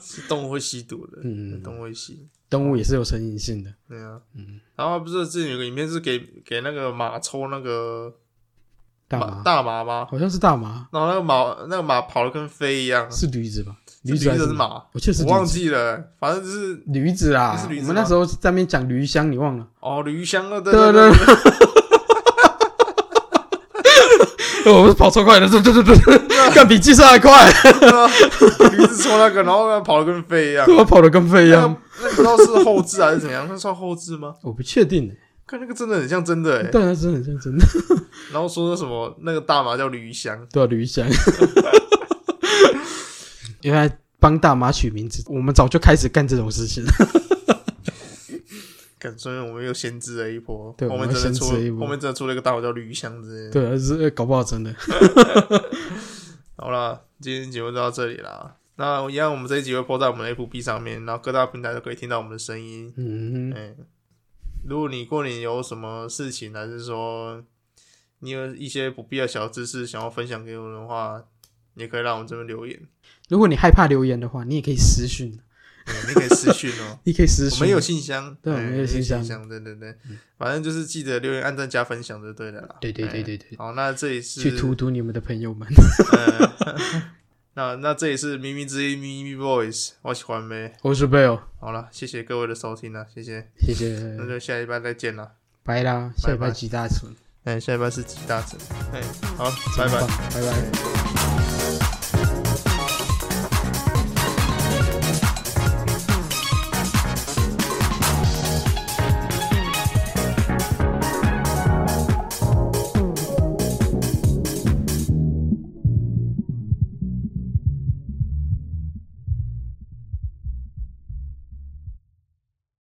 是动物会吸毒的，嗯动物会吸。动物也是有成瘾性的，对啊，嗯，然后不是之前有个影片是给给那个马抽那个大马麻大麻吗？好像是大麻，然后那个马那个马跑得跟飞一样，是驴子吧？是驴子还还是什么？马？我记得是我驴忘子记了，反正就是驴子啊，是驴子我们那吗时候在那边讲驴香，你忘了？哦，驴香啊，对对对对， 我们跑超快的，对对对对，干比计算还快，驴子抽那个，然后呢跑得跟飞一样。 我跑得跟飞一那样个。那个不知道是后置还是怎样，那算后置吗？我不确定欸，看那个真的很像真的哎、 但它真的很像真 的，然后说什么那个大麻叫驴香，对啊，驴香。 原来帮大妈取名字，我们早就开始干这种事 情了。感所以我们又先知了一波。对后我面们真的先出知了一，波后面真的出了一个大麻叫驴香之类的。对啊，是搞不好真的。好啦，今天节目就到这里啦。那一样，我们这一集会播在我们的 FB 上面，然后各大平台都可以听到我们的声音。嗯哎嗯、，如果你过年有什么事情，还是说你有一些不必要的小知识想要分享给我们的话，也可以让我们这边留嗯言，如果你害怕留言的话，你也可以私讯，对你可以私讯 哦。你可以私我讯。们有信箱，对我们哎有有信箱箱，对对对，反正就是记得留言、按赞、加分享就对了啦。对对对哎对对好，那这里是去荼毒你们的朋友们。呃 那那这里是咪咪之音咪咪 Voice，我喜欢呗。我是贝尔，好了，谢谢各位的收听了，谢谢，谢谢，那就下一拜再见了。拜啦，下礼拜拜拜几大成，哎，下一拜是吉大成，哎，好，拜拜很棒。拜拜拜。拜。